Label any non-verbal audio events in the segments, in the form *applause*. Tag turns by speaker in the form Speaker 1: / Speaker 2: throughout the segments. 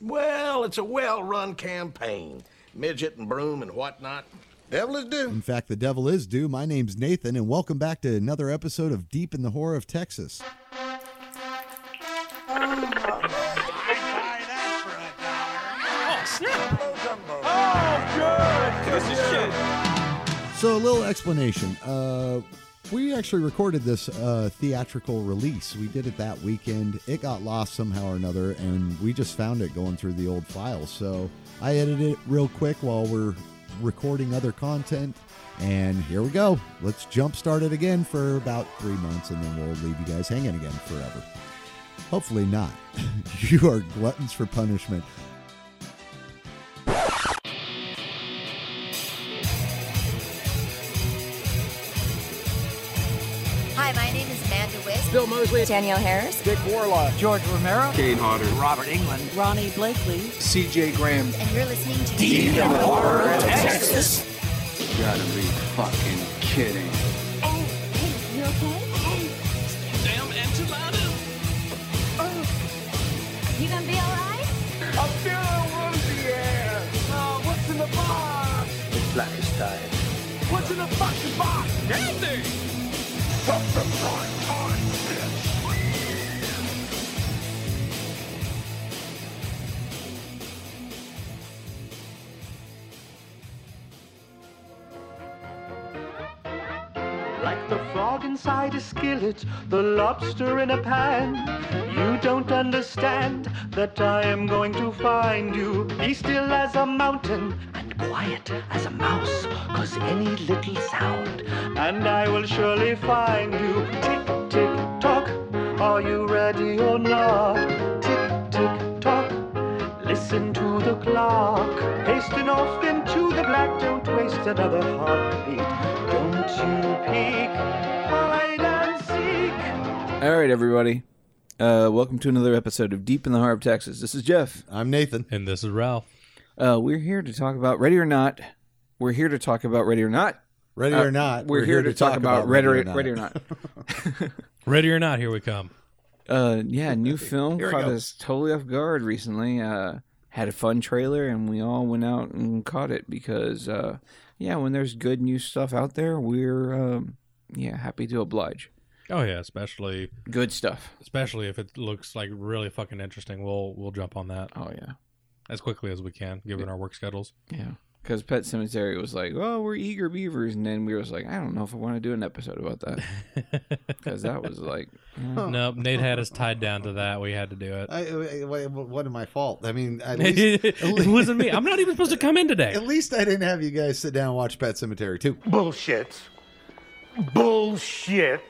Speaker 1: Well, it's a well run campaign. Midget and broom and whatnot. Devil is due.
Speaker 2: In fact, the devil is due. My name's Nathan, and welcome back to another episode of Deep in the Horror of Texas.
Speaker 3: This is shit.
Speaker 2: So, a little explanation. Uh, we actually recorded this uh, theatrical release. We did it that weekend. It got lost somehow or another, and we just found it going through the old files. So, I edited it real quick while we're recording other content. And here we go. Let's jumpstart it again for about three months, and then we'll leave you guys hanging again forever. Hopefully not. *laughs* you are gluttons for punishment.
Speaker 4: Hi, my name is Amanda Wiss.
Speaker 5: Bill Mosley,
Speaker 4: Danielle Harris.
Speaker 5: Dick Warlock, George Romero,
Speaker 3: Kane Hodder,
Speaker 5: Robert England,
Speaker 6: Ronnie Blakely.
Speaker 3: CJ Graham.
Speaker 4: And you're listening to Deep
Speaker 3: Gotta be fucking kidding.
Speaker 4: Oh, hey, you okay?
Speaker 7: Damn enchiladas!
Speaker 4: You gonna be alright?
Speaker 7: Nothing!
Speaker 8: Like the frog inside a skillet, the lobster in a pan. You don't understand that I am going to find you. Be still as a mountain and quiet as a mouse, cause any little sound, and I will surely find you. Tick, tick, tock, are you ready or not? Tick, tick, tock, listen to the clock. Hasten off into the black, don't waste another heartbeat. Don't you peek, hide and seek.
Speaker 9: All right, everybody. Uh, welcome to another episode of Deep in the Heart of Texas. This is Jeff.
Speaker 2: I'm Nathan.
Speaker 10: And this is Ralph.
Speaker 9: Uh, we're here to talk about Ready or Not. We're here to talk about Ready or Not.
Speaker 2: Ready
Speaker 9: Uh,
Speaker 2: or not,
Speaker 9: we're, here, to, talk, about, Ready, or, Ready or Not.
Speaker 10: Ready or not, here we come.
Speaker 9: Uh, yeah, *laughs* new film
Speaker 1: Here we
Speaker 9: caught
Speaker 1: go.
Speaker 9: us totally off guard recently. Uh, had a fun trailer, and we all went out and caught it because, uh, yeah, when there's good new stuff out there, we're um, yeah happy to oblige.
Speaker 10: Oh yeah, especially
Speaker 9: Good stuff.
Speaker 10: especially if it looks like really fucking interesting, we'll we'll jump on that
Speaker 9: Oh yeah,
Speaker 10: as quickly as we can, given our work schedules.
Speaker 9: yeah. Because Pet Cemetery was like, "Oh, we're eager beavers," and then we was like, "I don't know if I want to do an episode about that."
Speaker 10: *laughs*
Speaker 9: Because that was like,
Speaker 10: Nope, Nate had us tied down to that. We had to do it.
Speaker 2: I, I, I- what am I fault? I mean,
Speaker 10: *laughs*
Speaker 2: at least,
Speaker 10: it wasn't me. I'm not even supposed to come in today.
Speaker 2: *laughs* at least I didn't have you guys sit down and watch Pet Cemetery too.
Speaker 8: Bullshit. Bullshit.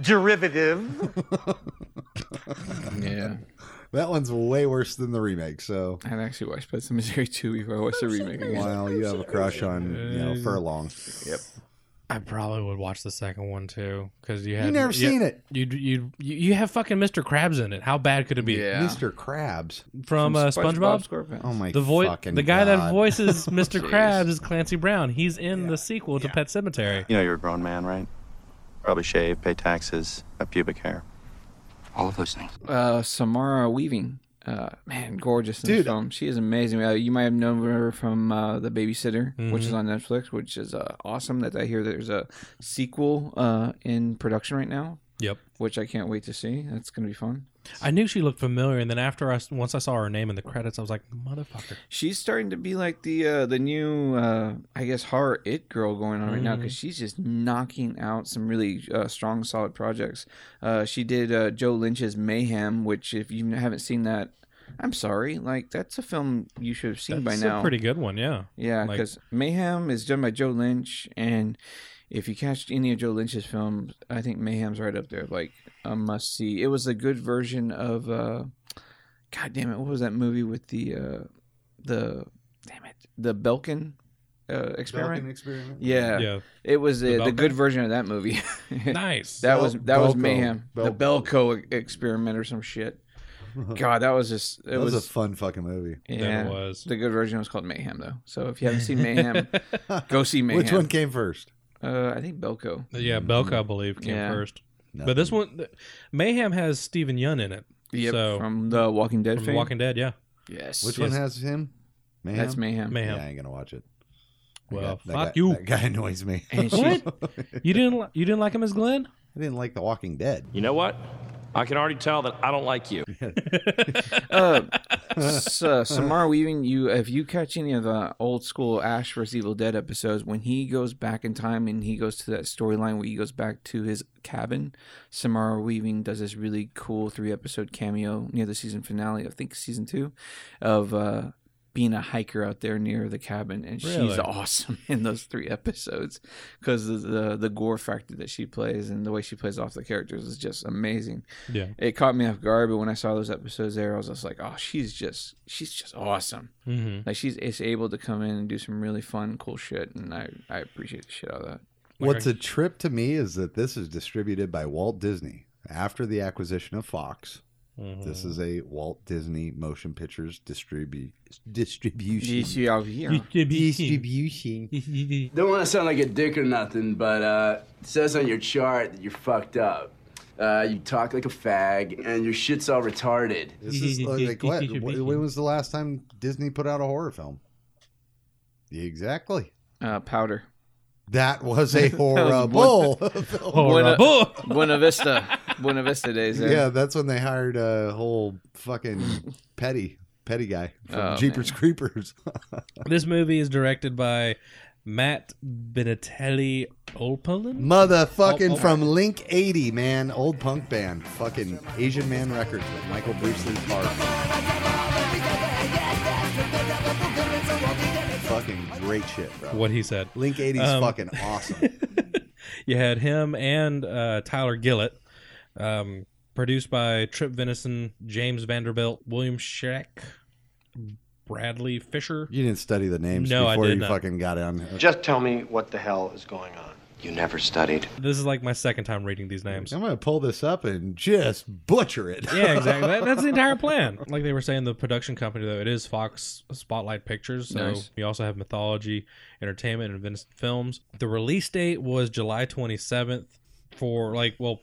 Speaker 8: Derivative.
Speaker 9: yeah,
Speaker 2: That one's way worse than the remake. So,
Speaker 9: I'd actually watch Pet Cemetery two if I
Speaker 10: *laughs*
Speaker 9: watched the remake again.
Speaker 2: well, you have a crush on you know Furlong. Yep.
Speaker 10: I probably would watch the second one too because you had
Speaker 2: never seen it.
Speaker 10: You you you have fucking Mr. Krabs in it. How bad could it be?
Speaker 9: Yeah,
Speaker 2: Mr. Krabs.
Speaker 10: From, uh, SpongeBob.
Speaker 9: SquarePants.
Speaker 2: Oh my
Speaker 10: the voice,
Speaker 2: fucking
Speaker 10: the guy
Speaker 2: God.
Speaker 10: that voices *laughs* Mr.
Speaker 9: Jeez.
Speaker 10: Krabs is Clancy Brown. He's in the sequel to Pet Cemetery.
Speaker 11: You know you're a grown man, right? Probably shave, pay taxes, have pubic hair. All of those things.
Speaker 9: uh, Samara Weaving. Uh, man, gorgeous in
Speaker 2: Dude.
Speaker 9: this film. She is amazing. Uh, you might have known her from uh, The Babysitter, which
Speaker 10: Mm-hmm.
Speaker 9: is on Netflix, which is uh, awesome. That I hear there's a sequel uh, in production right now,
Speaker 10: Yep.
Speaker 9: which I can't wait to see. That's gonna be fun.
Speaker 10: I knew she looked familiar, and then after I s- once I saw her name in the credits, I was like, motherfucker.
Speaker 9: She's starting to be like the uh, the new, uh, I guess, horror it girl going on right now
Speaker 10: Mm-hmm.
Speaker 9: because she's just knocking out some really uh, strong, solid projects. Uh, she did uh, Joe Lynch's Mayhem, which if you haven't seen that. I'm sorry. Like that's a film you should have seen
Speaker 10: That's
Speaker 9: by now.
Speaker 10: a pretty good one, yeah.
Speaker 9: Yeah,
Speaker 10: Like-
Speaker 9: because Mayhem is done by Joe Lynch, and if you catch any of Joe Lynch's films, I think Mayhem's right up there, like a must see. It was a good version of, uh, God damn it, what was that movie with the, uh, the, damn it, the Belkin uh, experiment?
Speaker 2: experiment.
Speaker 9: yeah,
Speaker 10: Yeah.
Speaker 9: it was the,
Speaker 10: The
Speaker 9: the good
Speaker 10: Belkin?
Speaker 9: version of that movie. *laughs*
Speaker 10: Nice.
Speaker 9: That
Speaker 2: Bel-
Speaker 9: was that was
Speaker 2: Belko.
Speaker 9: Mayhem, the
Speaker 2: Bel-
Speaker 9: Belko experiment or some shit.
Speaker 2: *laughs*
Speaker 9: God, that was just it
Speaker 2: That was,
Speaker 9: was,
Speaker 2: a fun fucking movie.
Speaker 10: That
Speaker 9: yeah.
Speaker 10: was.
Speaker 9: The good version was called Mayhem, though. So if you haven't seen
Speaker 10: *laughs*
Speaker 9: Mayhem, go see Mayhem.
Speaker 2: Which one came first?
Speaker 9: Uh, I think Belko.
Speaker 10: yeah, Belka, I believe, came
Speaker 9: Yeah.
Speaker 10: first. But this one, th- Mayhem has Stephen Yun in it.
Speaker 9: Yep,
Speaker 10: so,
Speaker 9: from the Walking Dead
Speaker 10: from
Speaker 9: fame.
Speaker 10: Walking Dead, yeah.
Speaker 9: Yes.
Speaker 2: Which
Speaker 10: Yes.
Speaker 2: one has him? Mayhem?
Speaker 9: That's Mayhem.
Speaker 10: Mayhem.
Speaker 2: Yeah, I ain't gonna watch it. That
Speaker 10: Well,
Speaker 2: guy- that
Speaker 10: fuck
Speaker 2: guy-
Speaker 10: you.
Speaker 2: That guy *laughs* annoys me. I
Speaker 9: And she's-
Speaker 10: You didn't li- you didn't like him as Glenn?
Speaker 2: didn't like The Walking Dead.
Speaker 7: You know what? I can already tell that I don't like you.
Speaker 9: uh, S- uh, Samara Weaving, you if you catch any of the old school Ash vs Evil Dead episodes, when he goes back in time and he goes to that storyline where he goes back to his cabin, Samara Weaving does this really cool three episode cameo near the season finale, I think season two, of uh, being a hiker out there near the cabin, and she's
Speaker 10: Really?
Speaker 9: awesome *laughs* in those three episodes because the, the the gore factor that she plays and the way she plays off the characters is just amazing
Speaker 10: Yeah.
Speaker 9: it caught me off guard but when i saw those episodes there i was just like oh she's just she's just awesome
Speaker 10: Mm-hmm.
Speaker 9: like she's is able to come in and do some really fun cool shit and i i appreciate the shit out of that
Speaker 2: What's a trip to me is that this is distributed by Walt Disney after the acquisition of Fox.
Speaker 10: Mm-hmm. *laughs*
Speaker 2: This is a Walt Disney Motion Pictures distribu- distribution. Distribution.
Speaker 10: *laughs*
Speaker 3: Don't want to sound like a dick or nothing, but uh, it says on your chart that you're fucked up. Uh, you talk like a fag, and your shit's all retarded.
Speaker 2: This is uh, like, what?
Speaker 10: Distribution.
Speaker 2: When was the last time Disney put out a horror film? Exactly.
Speaker 9: uh powder
Speaker 2: *laughs* That was a
Speaker 9: was
Speaker 2: horrible
Speaker 10: Oh,
Speaker 2: film.
Speaker 10: Horrible.
Speaker 9: buena vista buena vista days eh?
Speaker 2: *laughs* *laughs*
Speaker 9: there.
Speaker 2: Yeah, that's when they hired a whole *laughs* fucking petty petty guy from
Speaker 9: Oh,
Speaker 2: Jeepers Creepers.
Speaker 10: *laughs* This movie is directed by Matt Benatelli Olpolin.
Speaker 2: Motherfucking
Speaker 10: Oh, oh.
Speaker 2: from Link 80, man. Old punk band. Fucking Asian Man Records with Michael Bruce Lee Park. Fucking great shit, bro.
Speaker 10: What he said.
Speaker 2: Link 80's
Speaker 10: Um,
Speaker 2: fucking awesome.
Speaker 10: You had him and uh, Tyler Gillett. Um, produced by Trip Venison, James Vanderbilt, William Scheck, Bradley Fisher.
Speaker 2: *laughs* You didn't study the names
Speaker 10: No, I
Speaker 2: before
Speaker 10: did
Speaker 2: you
Speaker 10: not.
Speaker 2: fucking got on.
Speaker 8: Just tell me what the hell is going on.
Speaker 3: You never studied.
Speaker 10: This is like my second time reading these names.
Speaker 2: I'm gonna pull this up and just butcher it.
Speaker 10: yeah, exactly. That, that's the entire plan. Like they were saying, the production company though it is Fox Spotlight Pictures. So
Speaker 9: Nice.
Speaker 10: you also have Mythology Entertainment and Vincent Films. The release date was July 27th for like well,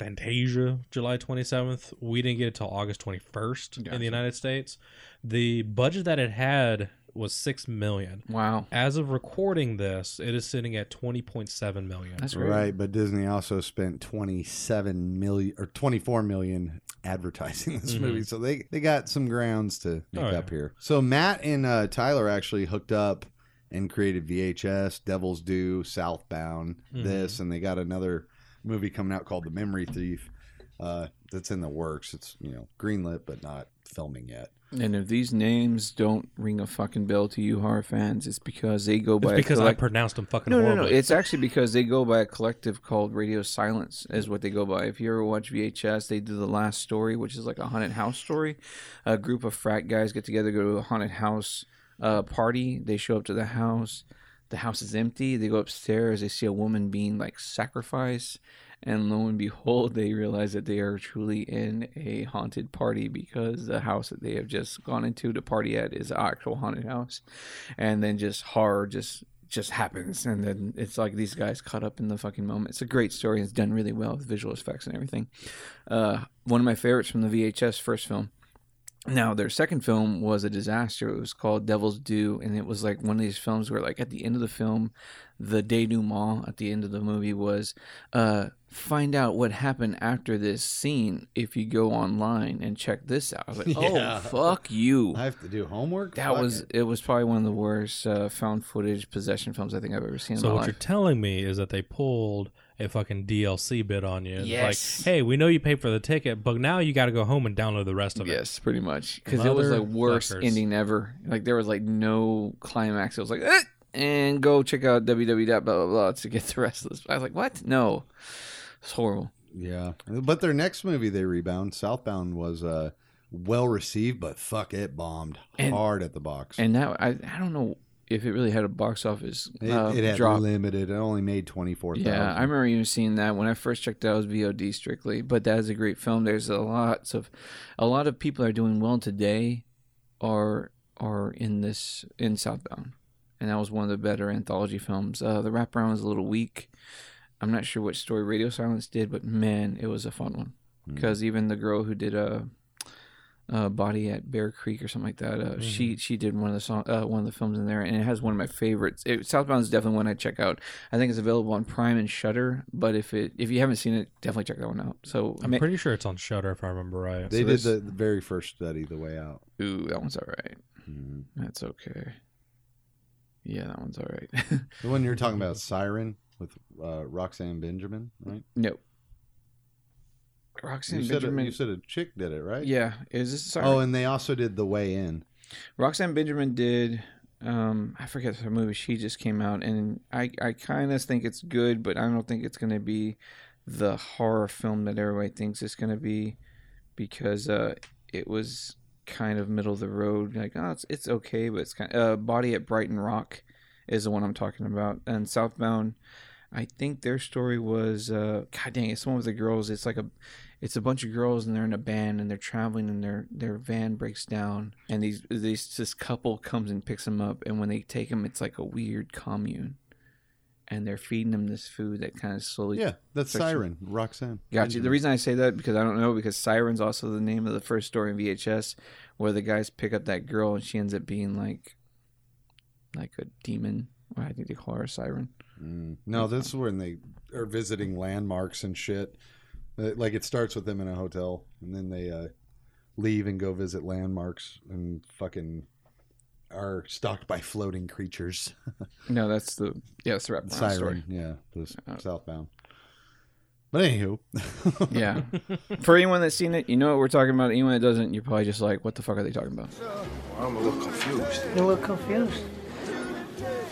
Speaker 10: Fantasia July 27th. We didn't get it till August 21st in
Speaker 9: Gotcha.
Speaker 10: the United States. The budget that it had was six million.
Speaker 9: wow
Speaker 10: As of recording this, it is sitting at 20.7 million.
Speaker 9: that's great
Speaker 2: Right, but Disney also spent 27 million or 24 million advertising *laughs* this movie, so they they got some grounds to make
Speaker 10: Oh, yeah.
Speaker 2: up here. So Matt and uh, Tyler actually hooked up and created VHS, Devil's Due, Southbound, this, and they got another movie coming out called The Memory Thief. Uh, that's in the works. It's you know greenlit but not filming yet.
Speaker 9: and if these names don't ring a fucking bell to you horror fans it's because they go by
Speaker 10: It's
Speaker 9: a
Speaker 10: because I
Speaker 9: collect-
Speaker 10: pronounced them fucking
Speaker 9: No, no,
Speaker 10: horrible.
Speaker 9: no. It's actually because they go by a collective called Radio Silence, is what they go by. If you ever watch VHS, they do the last story, which is like a haunted house story. A group of frat guys get together, go to a haunted house uh, party. They show up to the house. The house is empty. They go upstairs. They see a woman being like sacrificed. And lo and behold, they realize that they are truly in a haunted party because the house that they have just gone into to party at is an actual haunted house. And then just horror just just happens and then it's like these guys caught up in the fucking moment it's a great story it's done really well with visual effects and everything uh, one of my favorites from the vhs first film now their second film was a disaster it was called devil's due and it was like one of these films where like at the end of the film the denouement at the end of the movie was uh, find out what happened after this scene if you go online and check this out I
Speaker 2: *laughs*
Speaker 9: was like
Speaker 2: Yeah.
Speaker 9: oh fuck you
Speaker 2: I have to do homework.
Speaker 9: that
Speaker 2: Fuck
Speaker 9: was
Speaker 2: it.
Speaker 9: it. Was probably one of the worst uh, found footage possession films I think I've ever seen. in
Speaker 10: So
Speaker 9: my
Speaker 10: what you're
Speaker 9: life.
Speaker 10: telling me is that they pulled a fucking DLC bit on you. It's
Speaker 9: Yes.
Speaker 10: Like, hey, we know you paid for the ticket, but now you got to go home and download the rest of it.
Speaker 9: yes, pretty much because it was like worst
Speaker 10: Motherfuckers.
Speaker 9: ending ever. Like there was like no climax. It was like eh, and go check out www blah blah blah to get the rest of this. I was like, what? No, it's horrible.
Speaker 2: Yeah. But their next movie they rebound, Southbound was uh well received, but fuck it bombed
Speaker 9: And-
Speaker 2: hard at the box.
Speaker 9: And that I I don't know if it really had a box office
Speaker 2: it,
Speaker 9: uh,
Speaker 2: it had
Speaker 9: drop.
Speaker 2: limited. It only made twenty four thousand.
Speaker 9: Yeah, I remember even seeing that when I first checked out it was VOD strictly, but that is a great film. There's a lots of a lot of people are doing well today are are in this in Southbound. And that was one of the better anthology films. Uh, the wraparound was a little weak. I'm not sure what story
Speaker 2: Hmm. Mm-hmm.
Speaker 9: Radio Silence did, but man, it was a fun one. Because even the girl who did uh, uh, body at Bear Creek or something like that. Uh,
Speaker 2: Mm-hmm.
Speaker 9: She she did one of the song uh, one of the films in there, and it has one of my favorites. It, Southbound is definitely one I check out. I think it's available on Prime and Shutter. But if it if you haven't seen it, definitely check that one out. So
Speaker 10: I'm
Speaker 9: ma-
Speaker 10: pretty sure it's on Shutter if I remember right.
Speaker 2: They did
Speaker 9: So this-
Speaker 2: the, the very first study, The Way Out. Hmm.
Speaker 9: ooh, that one's all right. That's okay. Yeah, that one's all right. *laughs*
Speaker 2: The one you're talking about, Siren, with uh, Roxanne Benjamin, right?
Speaker 9: no. Roxanne
Speaker 2: you said
Speaker 9: Benjamin.
Speaker 2: A, you said a chick did it, right?
Speaker 9: yeah, is this sorry?
Speaker 2: Oh, and they also did The Way In.
Speaker 9: Roxanne Benjamin did. Um, I forget her movie. She just came out, and I, I kind of think it's good, but I don't think it's gonna be the horror film that everybody thinks it's gonna be, because uh, it was kind of middle of the road. Like, oh, it's it's okay, but it's kind. uh, Body at Brighton Rock is the one I'm talking about, and Southbound. I think their story was, uh, God dang, it's the one with the girls. It's like a, it's a bunch of girls and they're in a band and they're traveling and their their van breaks down and these these this couple comes and picks them up and when they take them it's like a weird commune, and they're feeding them this food that kind of slowly
Speaker 2: Yeah, that's
Speaker 9: Fiction.
Speaker 2: Siren, Roxanne.
Speaker 9: Gotcha. The
Speaker 2: Benjamin.
Speaker 9: reason I say that because I don't know because Siren's also the name of the first story in VHS where the guys pick up that girl and she ends up being like, like a demon. Or I think they call her a siren.
Speaker 2: Mm. No, this is when they are visiting landmarks and shit. Uh, Like it starts with them in a hotel, and then they uh, leave and go visit landmarks and fucking are stalked by floating creatures. *laughs*
Speaker 9: No, that's the yeah, that's the Rat Brown
Speaker 2: Siren,
Speaker 9: story.
Speaker 2: yeah, the
Speaker 9: Uh,
Speaker 2: southbound. But anywho,
Speaker 9: *laughs* Yeah. For anyone that's seen it, you know what we're talking about. Anyone that doesn't, you're probably just like, what the fuck are they talking about?
Speaker 1: I'm a little confused.
Speaker 5: You're a little confused.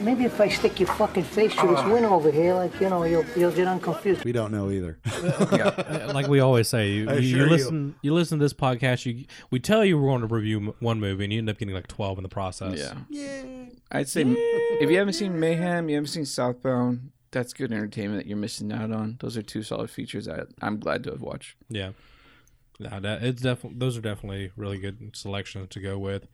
Speaker 5: Maybe if I stick your fucking face through this window over here, like, you know, you'll, you'll get unconfused.
Speaker 2: we don't know either.
Speaker 10: Uh, like we always say, you,
Speaker 2: I
Speaker 10: you- you
Speaker 2: assure you.
Speaker 10: listen. You. listen to this podcast. You we tell you we're going to review m- one movie, and you end up getting like twelve in the process.
Speaker 9: Yeah. I'd say if you haven't seen Mayhem, you haven't seen Southbound, that's good entertainment that you're missing out on. Those are two solid features that I'm glad to have watched.
Speaker 10: yeah. Nah, that, it's definitely those are definitely really good selections to go with.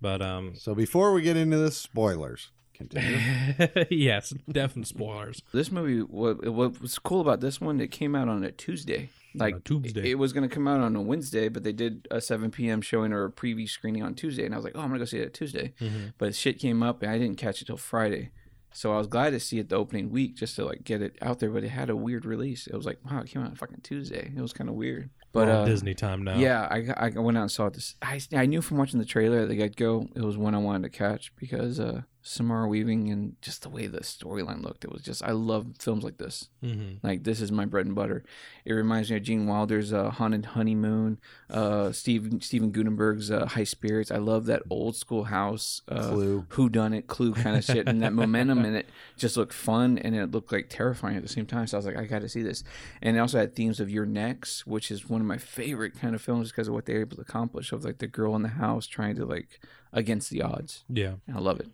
Speaker 10: But um, *laughs*
Speaker 2: so before we get into this, spoilers. Continue.
Speaker 10: yes, definite spoilers.
Speaker 9: This movie, what, what was cool about this one, it came out on a Tuesday. Like
Speaker 10: a Tuesday.
Speaker 9: it- it was going to come out on a Wednesday, but they did a 7 p.m. showing or a preview screening on Tuesday, and I was like, oh, I'm gonna go see it Tuesday.
Speaker 10: Mm-hmm.
Speaker 9: But shit came up, and I didn't catch it till Friday. So I was glad to see it the opening week just to like get it out there. But it had a weird release. It was like, wow, it came out on fucking Tuesday. It was kind of weird. But
Speaker 10: We're on
Speaker 9: uh,
Speaker 10: Disney time now.
Speaker 9: Yeah, I, I went out and saw this. I, I knew from watching the trailer at the get go, it was one I wanted to catch because uh, Samara Weaving and just the way the storyline looked, it was just, I love films like this.
Speaker 10: hmm
Speaker 9: Like, this is my bread and butter. It reminds me of Gene Wilder's uh, Haunted Honeymoon, uh, Steve, Steven Gutenberg's uh, High Spirits. I love that old school house. Uh,
Speaker 2: Clue.
Speaker 9: Who done it? Clue kind of shit, and that momentum in it just looked fun, and it looked like terrifying at the same time. So I was like, I got to see this, and it also had themes of Your Next, which is one of my favorite kind of films because of what they're able to accomplish of like the girl in the house trying to like against the odds.
Speaker 10: Yeah.
Speaker 9: And I love it.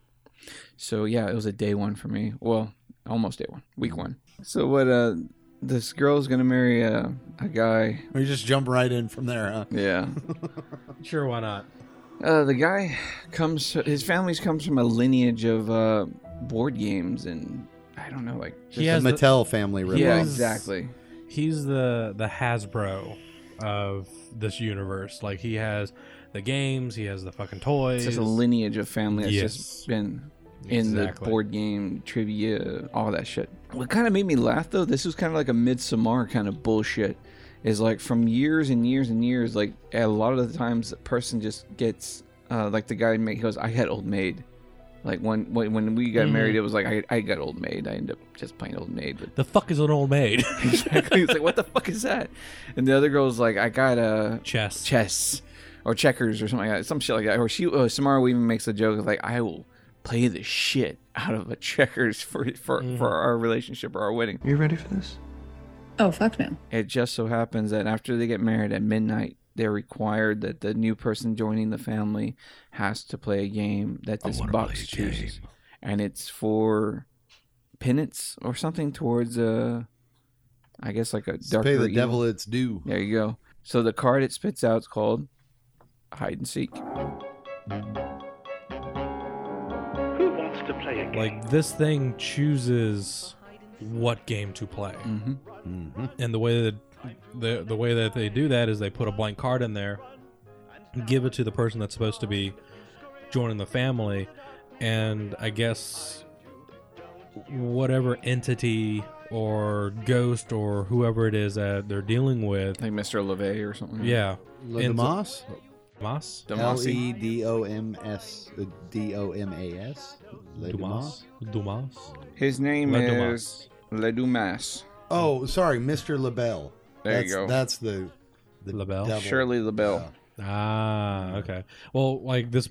Speaker 9: So yeah, it was a day one for me. Well, almost day one, week one. So what? Uh, this girl's gonna marry a, a guy.
Speaker 2: we just jump right in from there, huh?
Speaker 9: Yeah.
Speaker 10: Sure. Why not?
Speaker 9: Uh, the guy comes. His family's comes from a lineage of uh, board games, and I don't know, like
Speaker 10: He
Speaker 2: The
Speaker 10: has the,
Speaker 2: Mattel family ripoff.
Speaker 9: yeah,
Speaker 10: was-
Speaker 9: exactly.
Speaker 10: he's the the Hasbro of this universe. Like he has the games. He has the fucking toys.
Speaker 9: It's just a lineage of family that's
Speaker 10: Yes.
Speaker 9: just been in
Speaker 10: Exactly.
Speaker 9: the board game trivia, all that shit. What kind of made me laugh though, this was kind of like a Midsommar kind of bullshit. Is like from years and years and years, like a lot of the times, the person just gets uh, like the guy make goes, "I got old maid." Like when when, when we got married, it was like I, I got old maid. I ended up just playing old maid, but *laughs*
Speaker 10: the fuck is an old maid? *laughs*
Speaker 9: exactly. It's like, what the fuck is that? And the other girl's like, I got a
Speaker 10: Chess.
Speaker 9: chess or checkers or something like that, some shit like that. Or she, oh, Samara Weaving makes a joke of like, I will play the shit out of a checkers for for, for our relationship or our wedding.
Speaker 8: You ready for this?
Speaker 4: Oh, fuck no.
Speaker 9: It just so happens that after they get married at midnight, they're required that the new person joining the family has to play a game that this box chooses, and it's for penance or something towards a, I guess like a darker
Speaker 2: Pay the
Speaker 9: evil.
Speaker 2: devil its due.
Speaker 9: There you go. So the card it spits out is called hide and seek.
Speaker 8: Who wants to play a game?
Speaker 10: like this thing chooses what game to play,
Speaker 9: Mhm.
Speaker 10: and the way that the the way that they do that is they put a blank card in there, give it to the person that's supposed to be joining the family, and I guess whatever entity or ghost or whoever it is that they're dealing with,
Speaker 9: like Mr. LeVay or something.
Speaker 10: yeah, ends up-
Speaker 2: Ledomas?
Speaker 10: Moss,
Speaker 2: L
Speaker 9: Demasi.
Speaker 2: E D O M S uh, D O M A S.
Speaker 10: Dumas, Dumas.
Speaker 9: His name
Speaker 10: Le Dumas.
Speaker 9: is Le Dumas.
Speaker 2: Oh, sorry, Mr. LaBelle.
Speaker 9: There you
Speaker 2: that's,
Speaker 9: go.
Speaker 2: That's the, the
Speaker 10: LaBelle?
Speaker 2: devil.
Speaker 9: Shirley LaBelle.
Speaker 10: Ah, okay. Well, like this,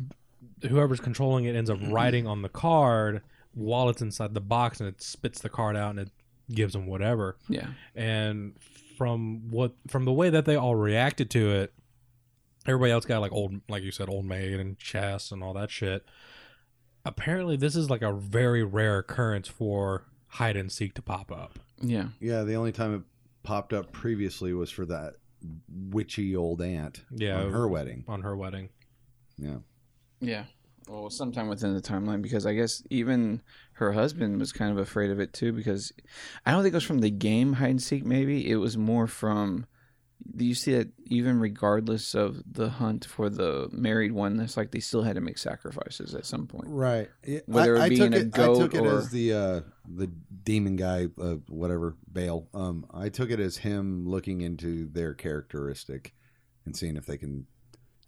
Speaker 10: whoever's controlling it
Speaker 2: *clears throat*
Speaker 10: ends up writing on the card while it's inside the box, and it spits the card out, and it gives them whatever.
Speaker 9: Yeah.
Speaker 10: And from what, from the way that they all reacted to it, everybody else got like old, like you said, old maid and chess and all that shit. Apparently, this is like a very rare occurrence for hide and seek to pop up.
Speaker 9: Yeah.
Speaker 2: Yeah, the only time it popped up previously was for that witchy old aunt.
Speaker 10: Yeah.
Speaker 2: on her wedding.
Speaker 10: on her wedding.
Speaker 2: Yeah.
Speaker 9: Yeah. Well, sometime within the timeline, because I guess even her husband was kind of afraid of it too, because I don't think it was from the game hide and seek. Maybe it was more from. Do you see that even regardless of the hunt for the married one, that's like they still had to make sacrifices at some point.
Speaker 2: Right. Yeah,
Speaker 9: Whether
Speaker 2: I,
Speaker 9: it
Speaker 2: I
Speaker 9: being
Speaker 2: took
Speaker 9: a
Speaker 2: it, I
Speaker 9: goat
Speaker 2: took it
Speaker 9: or-
Speaker 2: as the uh, the demon guy, uh, whatever Bale. Um, I took it as him looking into their characteristic and seeing if they can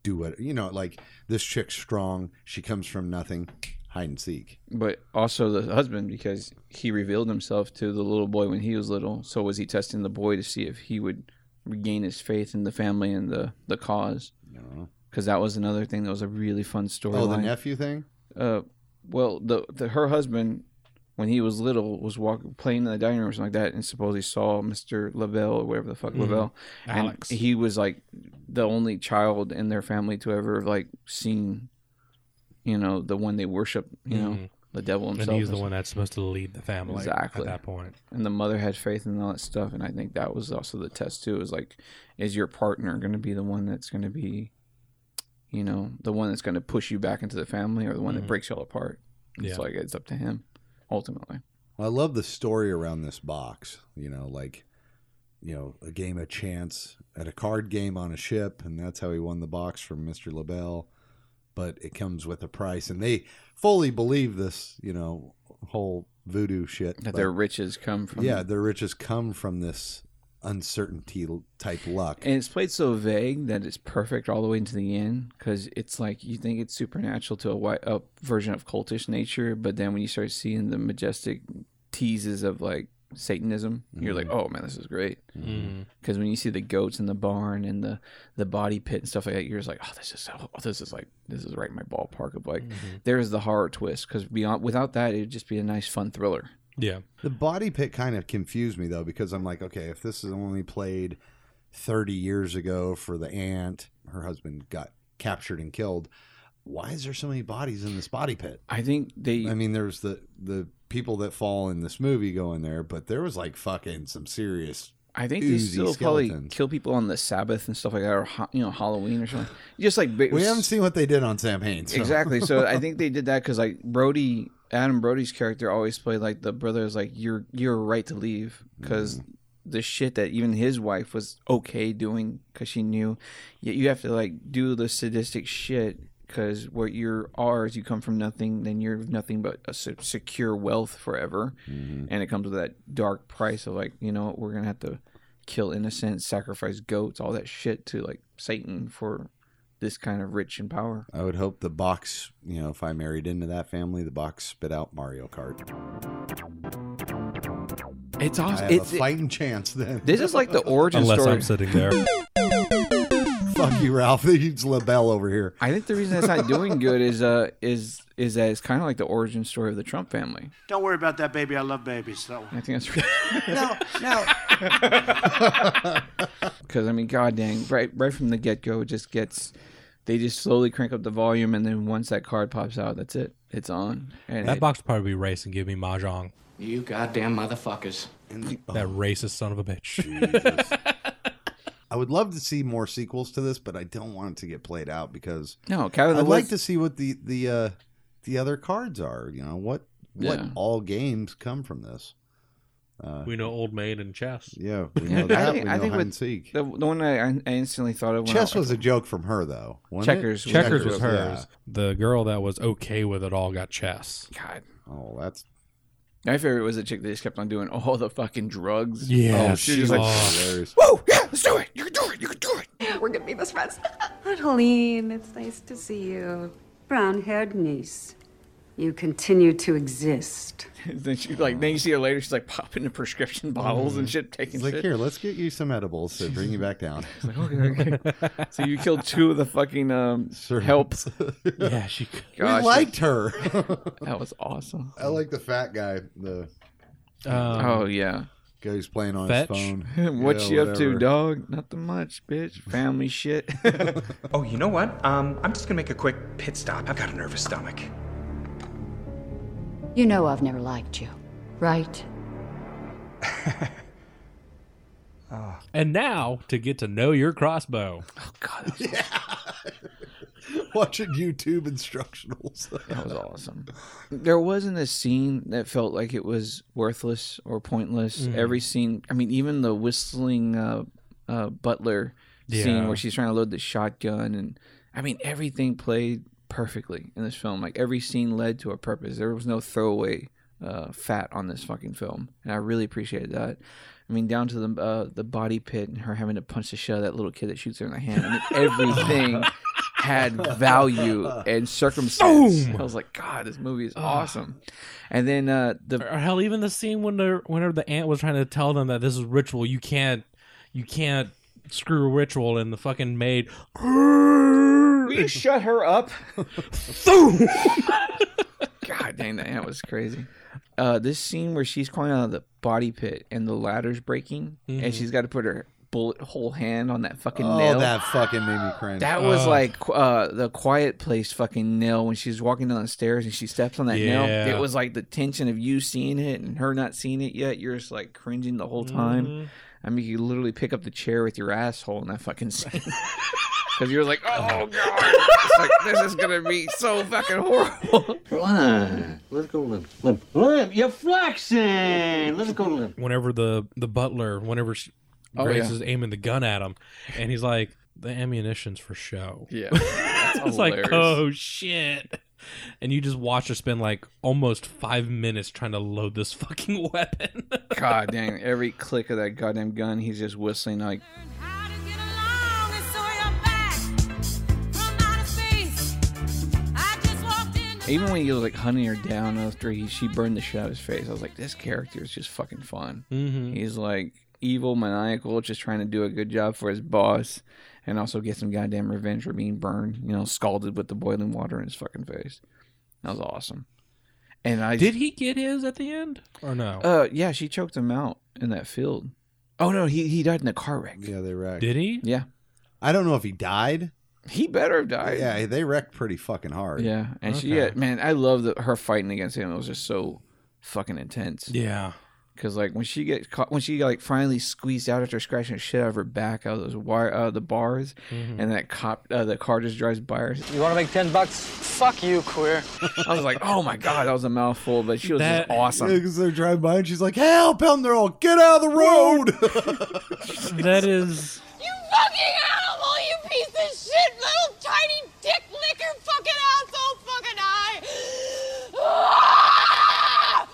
Speaker 2: do what you know. Like this chick's strong. She comes from nothing. Hide and seek.
Speaker 9: But also the husband, because he revealed himself to the little boy when he was little. So was he testing the boy to see if he would regain his faith in the family and the the cause?
Speaker 2: You know.
Speaker 9: Because that was another thing that was a really fun story.
Speaker 2: Oh, the nephew thing.
Speaker 9: uh, well, the, the her husband when he was little was walk playing in the dining room or something like that, and supposedly saw Mister Lavelle or whatever the fuck
Speaker 10: Hmm.
Speaker 9: Lavelle, and
Speaker 10: Alex.
Speaker 9: he was like the only child in their family to ever like seen, you know, the one they worship, you know,
Speaker 10: Mhm.
Speaker 9: the devil
Speaker 10: And
Speaker 9: himself,
Speaker 10: he's the
Speaker 9: and
Speaker 10: one that's supposed to lead the family
Speaker 9: Exactly.
Speaker 10: at that point.
Speaker 9: and the mother had faith and all that stuff and i think that was also the test too is like is your partner going to be the one that's going to be you know the one that's going to push you back into the family or the one
Speaker 2: Mm-hmm.
Speaker 9: that breaks y'all apart
Speaker 10: Yeah.
Speaker 9: it's like it's up to him ultimately
Speaker 2: I love the story around this box. You know, like you know, a game of chance at a card game on a ship, and that's how he won the box from Mister Labelle. But it comes with a price, and they fully believe this. You know, whole voodoo shit.
Speaker 9: that
Speaker 2: but-
Speaker 9: their riches come from
Speaker 2: yeah, their riches come from this uncertainty l- type luck.
Speaker 9: and it's played so vague that it's perfect all the way into the end because it's like you think it's supernatural to a, wi- a version of cultish nature but then when you start seeing the majestic teases of like satanism you're like
Speaker 2: Mm-hmm.
Speaker 9: oh man this is great
Speaker 2: Mm.
Speaker 10: Mm.
Speaker 9: because when you see the goats in the barn and the the body pit and stuff like that, you're just like, oh, this is so, oh, this is like this is right in my ballpark of like,
Speaker 2: Mm-hmm.
Speaker 9: there's the horror twist because beyond without that it'd just be a nice fun thriller.
Speaker 10: Yeah.
Speaker 2: The body pit kind of confused me though because I'm like, okay, if this is only played 30 years ago for the aunt, her husband got captured and killed. Why is there so many bodies in this body pit?
Speaker 9: I think they
Speaker 2: I mean, there's the the people that fall in this movie go in there, but there was like fucking some serious.
Speaker 9: I think they
Speaker 2: Oozy
Speaker 9: still probably
Speaker 2: skeletons.
Speaker 9: kill people on the Sabbath and stuff like that or ho- you know Halloween
Speaker 2: *sighs*
Speaker 9: or something. Just like ba-
Speaker 2: We haven't seen what they did on Sam Haines. so-
Speaker 9: exactly. So *laughs* I think they did that because like Brody, Adam Brody's character always played like the brother is like you're you're right to leave because the shit that even his wife was okay doing because she knew, yet you have to like do the sadistic shit because what you are is you come from nothing, then you're nothing but a se- secure wealth forever,
Speaker 2: Mm-hmm.
Speaker 9: and it comes with that dark price of like you know we're gonna have to kill innocent, sacrifice goats, all that shit to like Satan for this kind of rich and power.
Speaker 2: I would hope the box, you know, if I married into that family, the box spit out Mario Kart.
Speaker 9: It's
Speaker 2: I
Speaker 9: awesome.
Speaker 2: have
Speaker 9: It's,
Speaker 2: a fighting chance then. *laughs*
Speaker 9: this is like the origin
Speaker 10: Unless
Speaker 9: story.
Speaker 10: I'm sitting
Speaker 12: *laughs*
Speaker 10: there.
Speaker 2: Fuck you, Ralph. *laughs* He's LaBelle over here.
Speaker 9: I think the reason it's not doing good is uh is is that it's kind of like the origin story of the Trump family.
Speaker 8: Don't worry about that, baby. I love babies. So.
Speaker 9: I think that's *laughs* no, *laughs* no. Because I mean, god dang, right right from the get go, it just gets. They just slowly crank up the volume, and then once that card pops out, that's it. It's on. And
Speaker 10: That
Speaker 9: it-
Speaker 10: box would probably be racing. Give me mahjong.
Speaker 6: You goddamn motherfuckers.
Speaker 12: Oh.
Speaker 10: That racist son of a
Speaker 12: *laughs*
Speaker 10: bitch.
Speaker 9: *laughs*
Speaker 2: I would love to see more sequels to this, but I don't want it to get played out because
Speaker 9: no, Cabin in
Speaker 2: I'd
Speaker 9: the
Speaker 2: like
Speaker 9: Woods-
Speaker 2: to see what the the uh, the other cards are. You know what what
Speaker 9: Yeah.
Speaker 2: all games come from this. Uh,
Speaker 10: we know Old Maid and Chess.
Speaker 2: Yeah, we know that. we know hide
Speaker 9: with-
Speaker 2: and seek.
Speaker 9: The, the one I, I instantly thought of. when I-
Speaker 2: Chess was a joke from her, though. wasn't it?
Speaker 9: Checkers.
Speaker 10: Checkers was
Speaker 2: yeah.
Speaker 10: hers. The girl that was okay with it all got chess.
Speaker 9: God,
Speaker 2: Oh, that's
Speaker 9: my favorite was the chick that just kept on doing all the fucking drugs.
Speaker 10: Yeah,
Speaker 9: oh, she was
Speaker 10: she
Speaker 9: like,
Speaker 10: was
Speaker 2: hilarious.
Speaker 9: "Whoa, yeah, let's do it. You can do it. You can do it."
Speaker 13: We're gonna be best friends. Adeline, it's nice to see you. Brown haired niece. You continue to exist.
Speaker 9: then she like, then you see her later. She's like popping the prescription *laughs* bottles and shit, taking
Speaker 2: Mm. It's like,
Speaker 9: shit.
Speaker 2: here, let's get you some edibles to bring you back
Speaker 9: *laughs*
Speaker 2: down.
Speaker 9: so you killed two of the
Speaker 2: *laughs*
Speaker 9: fucking um, helps.
Speaker 10: Yeah, she.
Speaker 2: we liked her.
Speaker 9: *laughs* that was awesome.
Speaker 2: I like the fat guy. The
Speaker 9: oh yeah.
Speaker 2: guy who's playing on
Speaker 9: Fetch.
Speaker 2: his phone.
Speaker 9: *laughs* What
Speaker 2: Um, Yeah,
Speaker 9: you up to,
Speaker 2: whatever.
Speaker 9: dog? Nothing much, bitch. Family shit. *laughs*
Speaker 14: oh, you know what? Um, I'm just gonna make a quick pit stop. I've got a nervous stomach.
Speaker 15: You know I've never liked you, right?
Speaker 10: And now to get to know your crossbow.
Speaker 2: *laughs* Watching YouTube instructionals. *laughs*
Speaker 9: That was awesome. There wasn't a scene that felt like it was worthless or pointless.
Speaker 10: Mhm.
Speaker 9: Every scene, I mean, even the whistling uh, uh, butler
Speaker 10: Yeah.
Speaker 9: scene where she's trying to load the shotgun, and I mean, everything played perfectly in this film. Like every scene led to a purpose. There was no throwaway uh, fat on this fucking film, and I really appreciated that. I mean, down to the uh, the body pit and her having to punch the shell of that little kid that shoots her in the hand. I mean, everything had value and circumstance.
Speaker 10: Boom!
Speaker 9: I was like, God, this movie is awesome. And then uh, the
Speaker 10: Or hell, even the scene when the whenever the aunt was trying to tell them that this is ritual, you can't, you can't screw ritual, and the fucking maid. Will
Speaker 9: you shut her up? God dang, that aunt was crazy. Uh, this scene where she's climbing out of the body pit and the ladder's breaking,
Speaker 10: Mhm.
Speaker 9: and she's got to put her bullet hole hand on that fucking
Speaker 2: Oh,
Speaker 9: nail.
Speaker 2: that fucking made me cringe.
Speaker 9: That was
Speaker 2: Oh.
Speaker 9: like qu- uh, the quiet place fucking nail when she's walking down the stairs and she steps on that
Speaker 10: Yeah.
Speaker 9: nail. It was like the tension of you seeing it and her not seeing it yet. You're just like cringing the whole time.
Speaker 10: Mhm.
Speaker 9: I mean, you literally pick up the chair with your asshole in that fucking scene. *laughs* Because you're like, oh, God. It's like, this is going to be so fucking horrible.
Speaker 12: Let's go limp. Limp. Limp. You're flexing. Let's go limp.
Speaker 10: *laughs* whenever the the butler, whenever she,
Speaker 12: Oh,
Speaker 10: Grace
Speaker 12: yeah.
Speaker 10: is aiming the gun at him, and he's like, "The ammunition's for show."
Speaker 9: Yeah,
Speaker 10: it's like,
Speaker 9: hilarious.
Speaker 10: oh shit. And you just watch her spend like almost five minutes trying to load this fucking *laughs* weapon.
Speaker 9: *laughs* God dang. Every click of that goddamn gun, he's just whistling like, even when he was like hunting her down after he, she burned the shit out of his face, I was like, this character is just fucking fun.
Speaker 10: Mhm.
Speaker 9: Mm-hmm. He's like evil, maniacal, just trying to do a good job for his boss and also get some goddamn revenge for being burned, you know, scalded with the boiling water in his fucking face. That was awesome. And I
Speaker 10: Did he get his at the end or no?
Speaker 9: Uh, yeah, she choked him out in that field. Oh no, he he died in a car wreck.
Speaker 2: Yeah, they wrecked.
Speaker 10: Did he?
Speaker 9: Yeah.
Speaker 2: I don't know if he died.
Speaker 9: He better have died.
Speaker 2: Yeah, they wrecked pretty fucking hard.
Speaker 9: Yeah, and she, yeah, man, I love the, her fighting against him. It was just so fucking intense.
Speaker 10: Yeah.
Speaker 9: Cause like when she get caught, when she like finally squeezed out after scratching the shit out of her back out of those wire out of the bars,
Speaker 10: Mm-hmm.
Speaker 16: Mhm.
Speaker 9: and that cop, uh, the car just drives by her.
Speaker 16: You want to make 10 bucks? Fuck you, queer.
Speaker 9: I was like, oh my god, that was a mouthful, but she was
Speaker 2: That-
Speaker 9: just awesome.
Speaker 2: Yeah, 'cause they're driving by and she's like, help him. They're all, get out of the road.
Speaker 10: that is.
Speaker 17: Fucking animal, you piece of shit, little tiny dick licker, fucking asshole, fucking eye. Ah!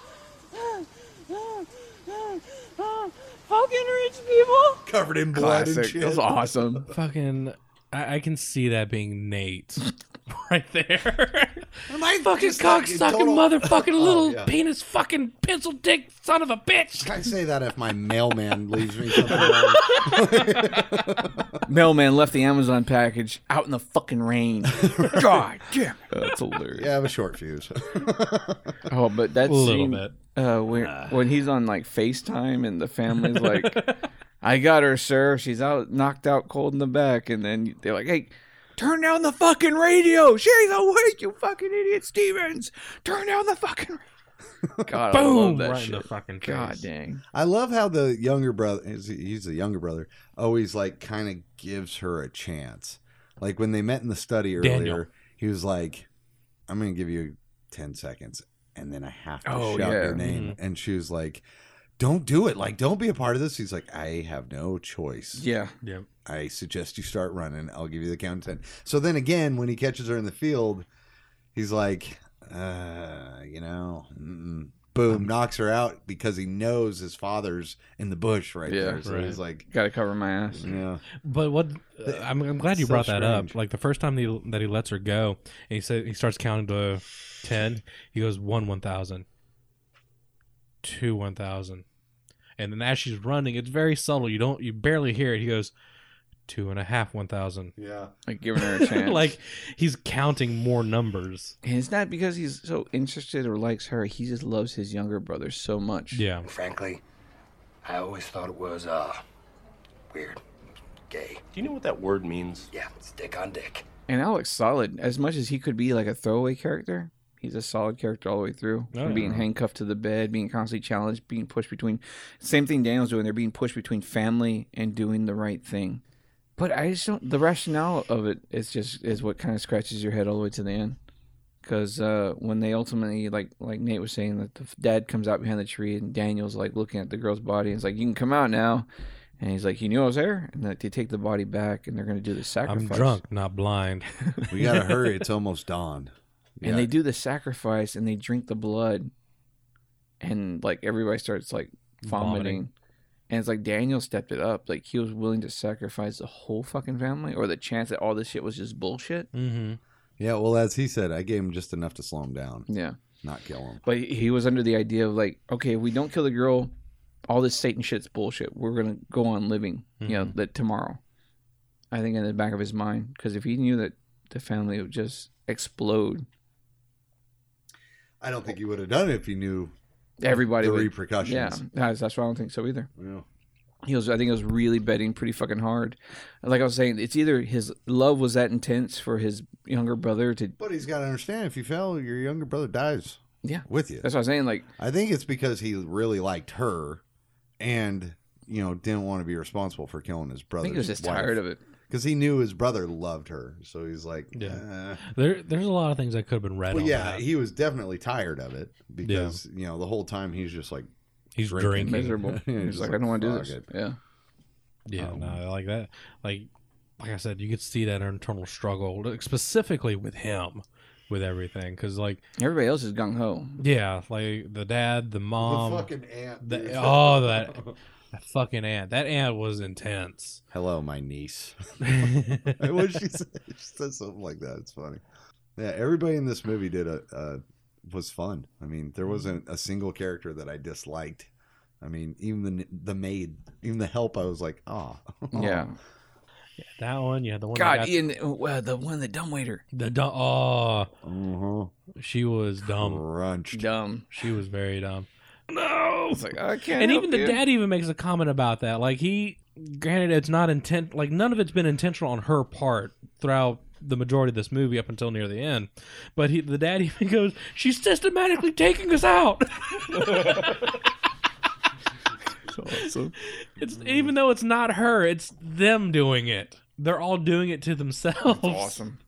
Speaker 17: fucking rich people.
Speaker 2: *laughs* Covered in
Speaker 9: blood and Classic. shit. That was awesome.
Speaker 10: Fucking, I, I can see that being Nate *laughs* right there.
Speaker 2: I
Speaker 10: fucking
Speaker 2: just like
Speaker 10: cocksucking
Speaker 2: in total-
Speaker 10: motherfucking
Speaker 2: Oh,
Speaker 10: little
Speaker 2: yeah.
Speaker 10: penis fucking pencil dick son of a bitch.
Speaker 2: I say that if my mailman leaves me something.
Speaker 9: *laughs*
Speaker 2: wrong.
Speaker 9: Mailman left the Amazon package out in the
Speaker 2: *laughs*
Speaker 9: fucking rain. God damn, it. that's hilarious.
Speaker 2: Yeah, I have a short fuse.
Speaker 9: Oh, but that
Speaker 2: A little
Speaker 9: scene,
Speaker 2: bit.
Speaker 9: Uh, where, when he's on like FaceTime and the
Speaker 2: *laughs*
Speaker 9: family's like, "I got her, sir. She's out, knocked out cold in the back," and then they're like, "Hey, turn down the fucking radio. She's awake, you fucking idiot, Stevens. Turn down the
Speaker 2: *laughs*
Speaker 9: fucking." ra-" God, I love
Speaker 2: Boom!
Speaker 9: that
Speaker 2: Right in
Speaker 9: shit.
Speaker 2: the
Speaker 10: fucking
Speaker 9: God dang.
Speaker 2: I love how the younger brother, he's- he's the younger brother, always like kind of gives her a chance. Like when they met in the study earlier,
Speaker 10: Daniel.
Speaker 2: he was like, I'm going to give you 10 seconds and then I have to
Speaker 10: Oh,
Speaker 2: shout
Speaker 10: yeah.
Speaker 2: your name. And she was like, don't do it. Like, don't be a part of this. He's like, I have no choice.
Speaker 9: Yeah.
Speaker 10: Yeah.
Speaker 2: I suggest you start running. I'll give you the count to 10. So then again, when he catches her in the field, he's like, uh, you know, mm-mm. boom, knocks her out because he knows his father's in the bush right
Speaker 9: Yeah.
Speaker 2: there. So
Speaker 9: Right.
Speaker 2: he's like,
Speaker 9: Got to cover my ass.
Speaker 2: Yeah.
Speaker 10: But what uh, I'm, I'm glad you
Speaker 2: So
Speaker 10: brought that
Speaker 2: strange.
Speaker 10: up. Like the first time that he, that he lets her go, and he said he starts counting to ten. He goes one one thousand, two one thousand, and then as she's running, it's very subtle. You don't you barely hear it. He goes two and a half one thousand.
Speaker 2: Yeah,
Speaker 9: Like
Speaker 2: *laughs*
Speaker 9: giving her a chance.
Speaker 10: *laughs* like he's counting more numbers.
Speaker 9: And it's not because he's so interested or likes her. He just loves his younger brother so much.
Speaker 10: Yeah.
Speaker 18: Frankly, I always thought it was, uh, weird. Gay.
Speaker 11: Do you know what that word means?
Speaker 18: Yeah, it's dick on dick.
Speaker 9: And Alex solid. As much as he could be like a throwaway character, he's a solid character all the way through.
Speaker 18: Oh,
Speaker 9: From
Speaker 18: yeah.
Speaker 9: being handcuffed to the bed, being constantly challenged, being pushed between same thing Daniel's doing, they're being pushed between family and doing the right thing. But I just don't the rationale of it is just is what kind of scratches your head all the way to the end. Because uh, when they ultimately, like like Nate was saying, that the dad comes out behind the tree and Daniel's like looking at the girl's body and is like, "You can come out now," and he's like, "You knew I was there," and like, they take the body back and they're gonna do the sacrifice.
Speaker 10: I'm drunk, not blind.
Speaker 9: We gotta hurry,
Speaker 2: it's almost dawn.
Speaker 9: and they do the sacrifice and they drink the blood and like everybody starts like vomiting.
Speaker 10: Vomiting.
Speaker 9: and it's like daniel stepped it up like he was willing to sacrifice the whole fucking family or the chance that all this shit was just bullshit
Speaker 10: Mm-hmm.
Speaker 2: yeah, well, as he said, I gave him just enough to slow him down.
Speaker 9: Yeah.
Speaker 2: Not kill him.
Speaker 9: but he was under the idea of like okay if we don't kill the girl all this satan shit's bullshit we're gonna go on living you know that tomorrow i think in the back of his mind because if he knew that the family would just explode
Speaker 2: I don't think he would have done it if he knew
Speaker 9: everybody
Speaker 2: the
Speaker 9: would-
Speaker 2: repercussions.
Speaker 9: Yeah, that's, that's why I don't think so either.
Speaker 2: Yeah.
Speaker 9: He was, I think, he was really betting pretty fucking hard. Like I was saying, it's either his love was that intense for his younger brother to.
Speaker 2: But he's got to understand if you fail, your younger brother dies.
Speaker 9: Yeah,
Speaker 2: with you.
Speaker 9: That's what I'm saying. Like,
Speaker 2: I think it's because he really liked her, and you know didn't want to be responsible for killing his brother.
Speaker 9: was just tired of it
Speaker 2: because he knew his brother loved her, so he's like,
Speaker 10: Yeah.
Speaker 2: "Uh."
Speaker 10: There, there's a lot of things that could have been read.
Speaker 2: Well,
Speaker 10: on
Speaker 2: yeah,
Speaker 10: that.
Speaker 2: he was definitely tired of it because you know the whole time he's just like
Speaker 10: He's drinking. *laughs* Miserable.
Speaker 9: He's like, "I don't wanna do this." Yeah.
Speaker 10: Yeah, no, like that. Like, like I said, you could see that internal struggle, like, specifically with him, with everything, because like
Speaker 9: everybody else is gung
Speaker 10: *laughs*
Speaker 9: ho.
Speaker 10: Yeah, like the dad, the mom,
Speaker 2: fucking aunt,
Speaker 10: the-
Speaker 2: dude. *laughs*
Speaker 10: oh that, that fucking aunt. That aunt was intense.
Speaker 2: Hello, my
Speaker 10: *laughs*
Speaker 2: niece. *laughs* what she said, *laughs* she said something like that. It's funny. Yeah, everybody in this movie did a, a was fun. I mean,
Speaker 10: Mm-hmm.
Speaker 2: there wasn't a single character that I disliked. I mean, even the the maid, even the help, I was like, oh,
Speaker 9: Yeah.
Speaker 10: That one, yeah, the one. that
Speaker 9: God,
Speaker 10: got-
Speaker 9: Ian, uh, the one, the dumb waiter.
Speaker 10: the dumb. Oh,
Speaker 2: Mm-hmm.
Speaker 10: she was dumb.
Speaker 2: Crunched.
Speaker 9: Dumb.
Speaker 10: She was very dumb.
Speaker 9: No, it's like I can't.
Speaker 10: and
Speaker 9: help
Speaker 10: even the
Speaker 9: you.
Speaker 10: dad even makes a comment about that. Like he, granted, it's not intent. Like none of it's been intentional on her part throughout the majority of this movie up until near the end. But he, the dad *laughs* even goes, "She's systematically taking us out." *laughs* *laughs* It's
Speaker 9: Mm.
Speaker 10: even though it's not her, it's them doing it. They're all doing it to themselves.
Speaker 9: awesome.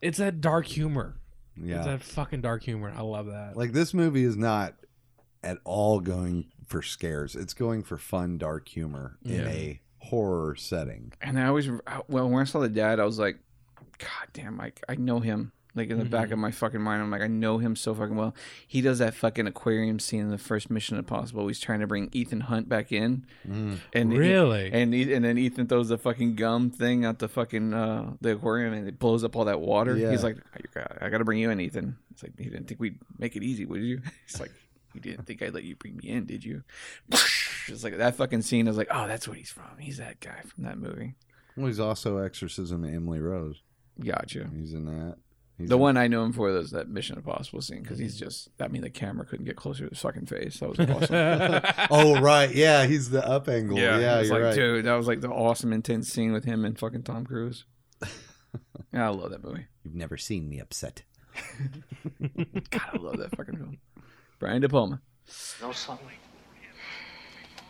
Speaker 10: It's that dark humor.
Speaker 2: Yeah.
Speaker 10: It's that fucking dark humor. I love that.
Speaker 2: Like this movie is not at all going for scares. It's going for fun, dark humor in
Speaker 9: Yeah.
Speaker 2: a horror setting.
Speaker 9: And I always, well, when I saw the dad, I was like, God damn, I, I know him. Like in the back of my fucking mind, I'm like, I know him so fucking well. He does that fucking aquarium scene in the first Mission Impossible. He's trying to bring Ethan Hunt back in,
Speaker 2: Mm.
Speaker 9: and he-
Speaker 10: Really?
Speaker 9: and he- and then Ethan throws the fucking gum thing out the fucking uh, the aquarium, and it blows up all that water.
Speaker 2: Yeah.
Speaker 9: He's like, I gotta, I gotta bring you in, Ethan. It's like he didn't think we'd make it easy, would you? *laughs* He's like, you didn't think I'd let you bring me in, did you? *laughs* Just like that fucking scene. I was like, oh, that's what he's from. He's that guy from that movie.
Speaker 2: Well, he's also Exorcism of Emily Rose.
Speaker 9: Gotcha.
Speaker 2: He's in that. He's
Speaker 9: the
Speaker 2: in-
Speaker 9: one I know him for is that Mission Impossible scene because he's just. I mean, the camera couldn't get closer to his fucking face. *laughs* That was
Speaker 10: *laughs*
Speaker 9: awesome.
Speaker 2: oh right, yeah, he's the up angle. Yeah,
Speaker 9: I was
Speaker 2: you're
Speaker 9: like,
Speaker 2: right.
Speaker 9: dude, that was like the awesome intense scene with him and fucking
Speaker 2: *laughs*
Speaker 9: Tom Cruise. I love that movie.
Speaker 2: You've never seen me upset.
Speaker 9: God, I love that fucking film. Brian De Palma.
Speaker 8: No sunlight.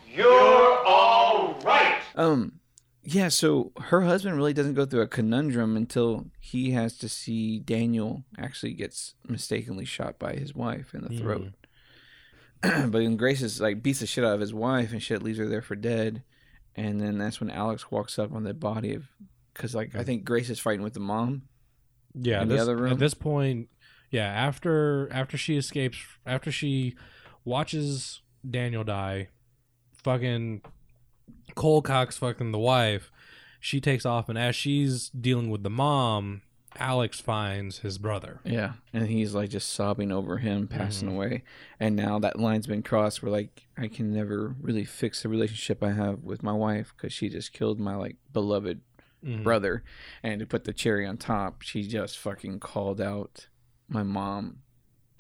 Speaker 8: You're all right.
Speaker 9: Um, yeah. So her husband really doesn't go through a conundrum until he has to see Daniel actually gets mistakenly shot by his wife in the
Speaker 10: Mm.
Speaker 9: throat. *clears throat* but then Grace is like beats the shit out of his wife and shit, leaves her there for dead. And then that's when Alex walks up on the body of, because like I think Grace is fighting with the mom.
Speaker 10: Yeah,
Speaker 9: in
Speaker 10: this,
Speaker 9: the other room.
Speaker 10: at this point, yeah, after after she escapes, after she watches Daniel die, fucking Cole Cox, fucking the wife, she takes off, and as she's dealing with the mom, Alex finds his brother.
Speaker 9: Yeah, Mm-hmm. and he's like just sobbing over him passing away, and now that line's been crossed. We're like, I can never really fix the relationship I have with my wife because she just killed my like beloved
Speaker 10: Mhm.
Speaker 9: brother, and to put the cherry on top, she just fucking called out my mom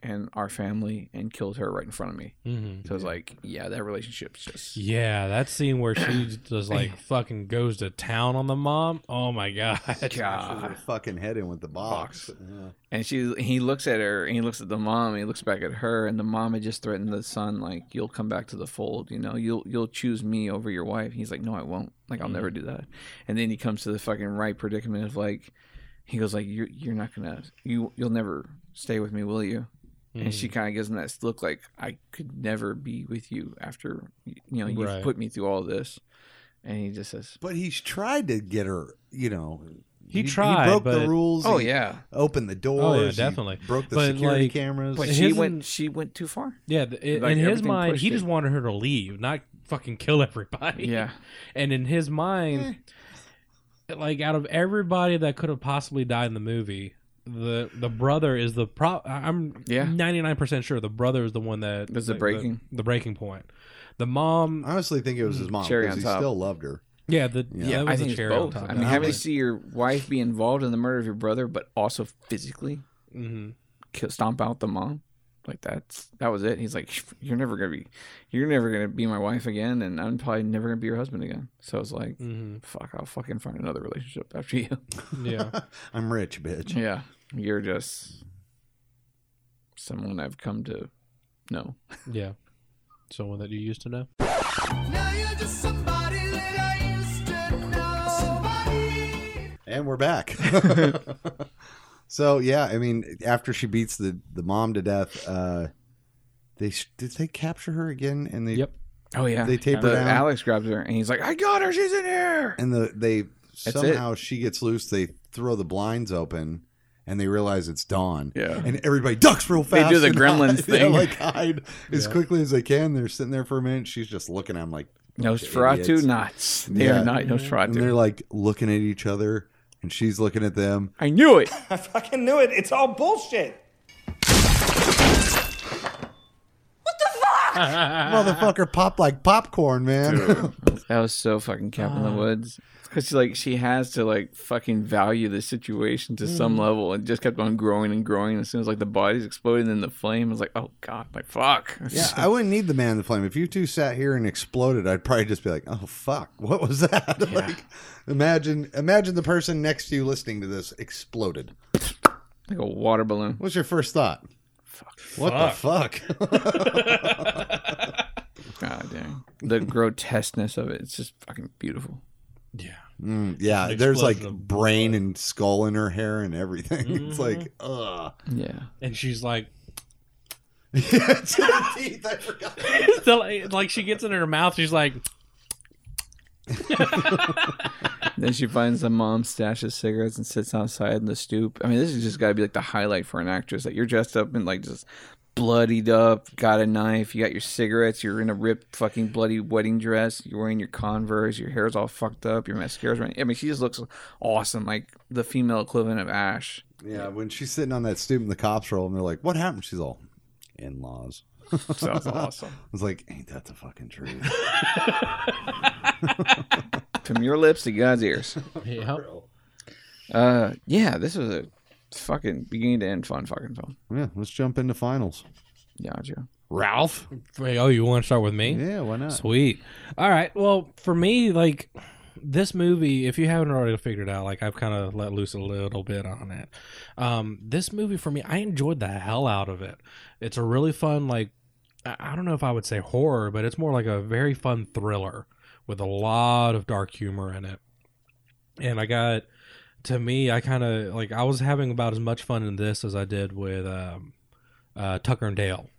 Speaker 9: and our family and killed her right in front of me.
Speaker 10: Mhm.
Speaker 9: So it's like, yeah, that relationship's just
Speaker 10: Yeah, that scene
Speaker 9: *coughs*
Speaker 10: where she just like fucking goes to town on the mom. Oh my god,
Speaker 9: God. her
Speaker 2: fucking head in with the box.
Speaker 9: And she, he looks at her, and he looks at the mom, and he looks back at her, and the mom had just threatened the son, like, "You'll come back to the fold, you know, you'll you'll choose me over your wife." He's like, "No, I won't. Like, I'll
Speaker 2: Mm.
Speaker 9: never do that." And then he comes to the fucking right predicament of like, he goes like, "You're you're not gonna you you'll never stay with me, will you?" *laughs* And
Speaker 10: Mm.
Speaker 2: Mm.
Speaker 9: she kind of gives him that look, like, "I could never be with you after you know you've
Speaker 2: Right.
Speaker 9: put me through all this." And he just says,
Speaker 2: But he's tried to get her, you know.
Speaker 9: He tried,
Speaker 2: He broke the
Speaker 9: but-
Speaker 2: rules.
Speaker 9: Oh,
Speaker 2: he
Speaker 9: yeah.
Speaker 2: Opened the doors.
Speaker 10: Oh yeah,
Speaker 2: he
Speaker 10: definitely.
Speaker 2: broke the
Speaker 10: But,
Speaker 2: security
Speaker 10: like,
Speaker 2: cameras.
Speaker 9: But she went. She went too far.
Speaker 10: Yeah, th- in-
Speaker 9: Like,
Speaker 10: in his
Speaker 9: everything
Speaker 10: mind,
Speaker 9: pushed
Speaker 10: he
Speaker 9: it.
Speaker 10: just wanted her to leave, not fucking kill everybody.
Speaker 9: Yeah.
Speaker 10: and in his mind, like out of everybody that could have possibly died in the movie, the the brother is the pro. I- I'm
Speaker 9: Yeah.
Speaker 10: ninety nine percent sure the brother is the one that
Speaker 9: That's the
Speaker 10: like,
Speaker 9: breaking.
Speaker 10: the, breaking point. The mom,
Speaker 2: I honestly think it was his mom
Speaker 9: Mm, Cherry
Speaker 2: because
Speaker 9: on
Speaker 2: he
Speaker 9: top.
Speaker 2: still loved her.
Speaker 10: Yeah, the
Speaker 9: Yeah,
Speaker 10: that
Speaker 9: I
Speaker 10: was the
Speaker 9: think it's
Speaker 10: cherry on
Speaker 9: both.
Speaker 10: top.
Speaker 9: I mean, having to see your wife be involved in the murder of your brother, but also physically
Speaker 10: Mhm.
Speaker 9: kill, stomp out the mom, like that's that was it. He's like, you're never gonna be, you're never gonna be my wife again, and I'm probably never gonna be your husband again. So it's like, fuck, I'll fucking find another relationship after you. *laughs*
Speaker 10: mm-hmm, Yeah.
Speaker 2: I'm rich, bitch.
Speaker 9: yeah, you're just someone I've come to know.
Speaker 10: yeah, someone that you used to know.
Speaker 17: Now you're just somebody that I used to know.
Speaker 2: And we're
Speaker 9: *laughs*
Speaker 2: back. *laughs* so yeah, I mean, after she beats the the mom to death, uh they s- did they capture her again? And they yep.
Speaker 9: Oh yeah,
Speaker 2: they tape her
Speaker 9: The-
Speaker 2: down.
Speaker 9: Alex grabs her and he's like, I got her. She's in here.
Speaker 2: and the they
Speaker 9: That's
Speaker 2: somehow she gets loose. They throw the blinds open. And they realize it's dawn. Yeah. And everybody ducks real
Speaker 9: They
Speaker 2: fast.
Speaker 9: do the
Speaker 2: and
Speaker 9: Gremlins
Speaker 2: hide- *laughs* yeah,
Speaker 9: thing.
Speaker 2: like
Speaker 9: *laughs*
Speaker 2: hide as
Speaker 9: Yeah.
Speaker 2: quickly as they can. They're sitting there for a minute. She's just looking at them like,
Speaker 9: Nosferatu
Speaker 2: idiots.
Speaker 9: knots. They are not Nosferatu.
Speaker 2: And they're like looking at each other. And she's looking at them.
Speaker 9: I knew it.
Speaker 19: I fucking knew it. It's all bullshit.
Speaker 2: Motherfucker popped like popcorn, man. *laughs*
Speaker 9: That was so fucking Cabin in the Woods. Because she like she has to like fucking value the situation to some
Speaker 2: Mm.
Speaker 9: level, and just kept on growing and growing. As soon as like the body's exploding, then the flame was like, oh god, like fuck.
Speaker 2: Yeah, I wouldn't need the man in the flame. If you two sat here and exploded, I'd probably just be like, "Oh fuck, what was that?" *laughs* like, imagine, imagine the person next to you listening to this exploded.
Speaker 9: Like a water balloon.
Speaker 2: What's your first thought? Fuck. What *laughs* the fuck?
Speaker 9: God dang. The grotesqueness of it. It's just fucking beautiful.
Speaker 2: Mm, yeah,
Speaker 9: An
Speaker 2: there's like
Speaker 9: explosion
Speaker 2: brain and skull in her hair and everything. *laughs* It's like, ugh. *laughs*
Speaker 9: Yeah.
Speaker 10: And she's like, *laughs*
Speaker 2: it's her teeth. I forgot.
Speaker 10: So, like, like she gets in her mouth. She's like,
Speaker 9: then she finds the mom stashes cigarettes and sits outside in the stoop. I mean, this has just got to be like the highlight for an actress. Like you're dressed up and like just bloodied up, got a knife, you got your cigarettes, you're in a ripped fucking bloody wedding dress, you're wearing your Converse, your hair's all fucked up, your mascara's running. I mean, she just looks awesome, like the female equivalent of Ash.
Speaker 2: Yeah, when she's sitting on that stoop and the cops roll and they're like, "What happened?" She's all, "In laws."
Speaker 9: Sounds
Speaker 10: *laughs*
Speaker 9: awesome.
Speaker 2: I was like, "Ain't that the fucking truth?"
Speaker 9: From your lips to God's ears.
Speaker 10: Yeah.
Speaker 9: Uh, yeah, this was a fucking beginning to end fun fucking film.
Speaker 2: yeah, let's jump into finals.
Speaker 9: Yeah, Joe.
Speaker 2: Ralph.
Speaker 10: Wait, oh, you want to start with me?
Speaker 2: Yeah, why not?
Speaker 10: Sweet. All right. Well, for me, like this movie, if you haven't already figured out, like I've kind of let loose a little bit on it. Um, this movie for me, I enjoyed the hell out of it. It's a really fun, like I I don't know if I would say horror, but it's more like a very fun thriller with a lot of dark humor in it. And I got to me, I kind of like I was having about as much fun in this as I did with um, uh, Tucker and Dale.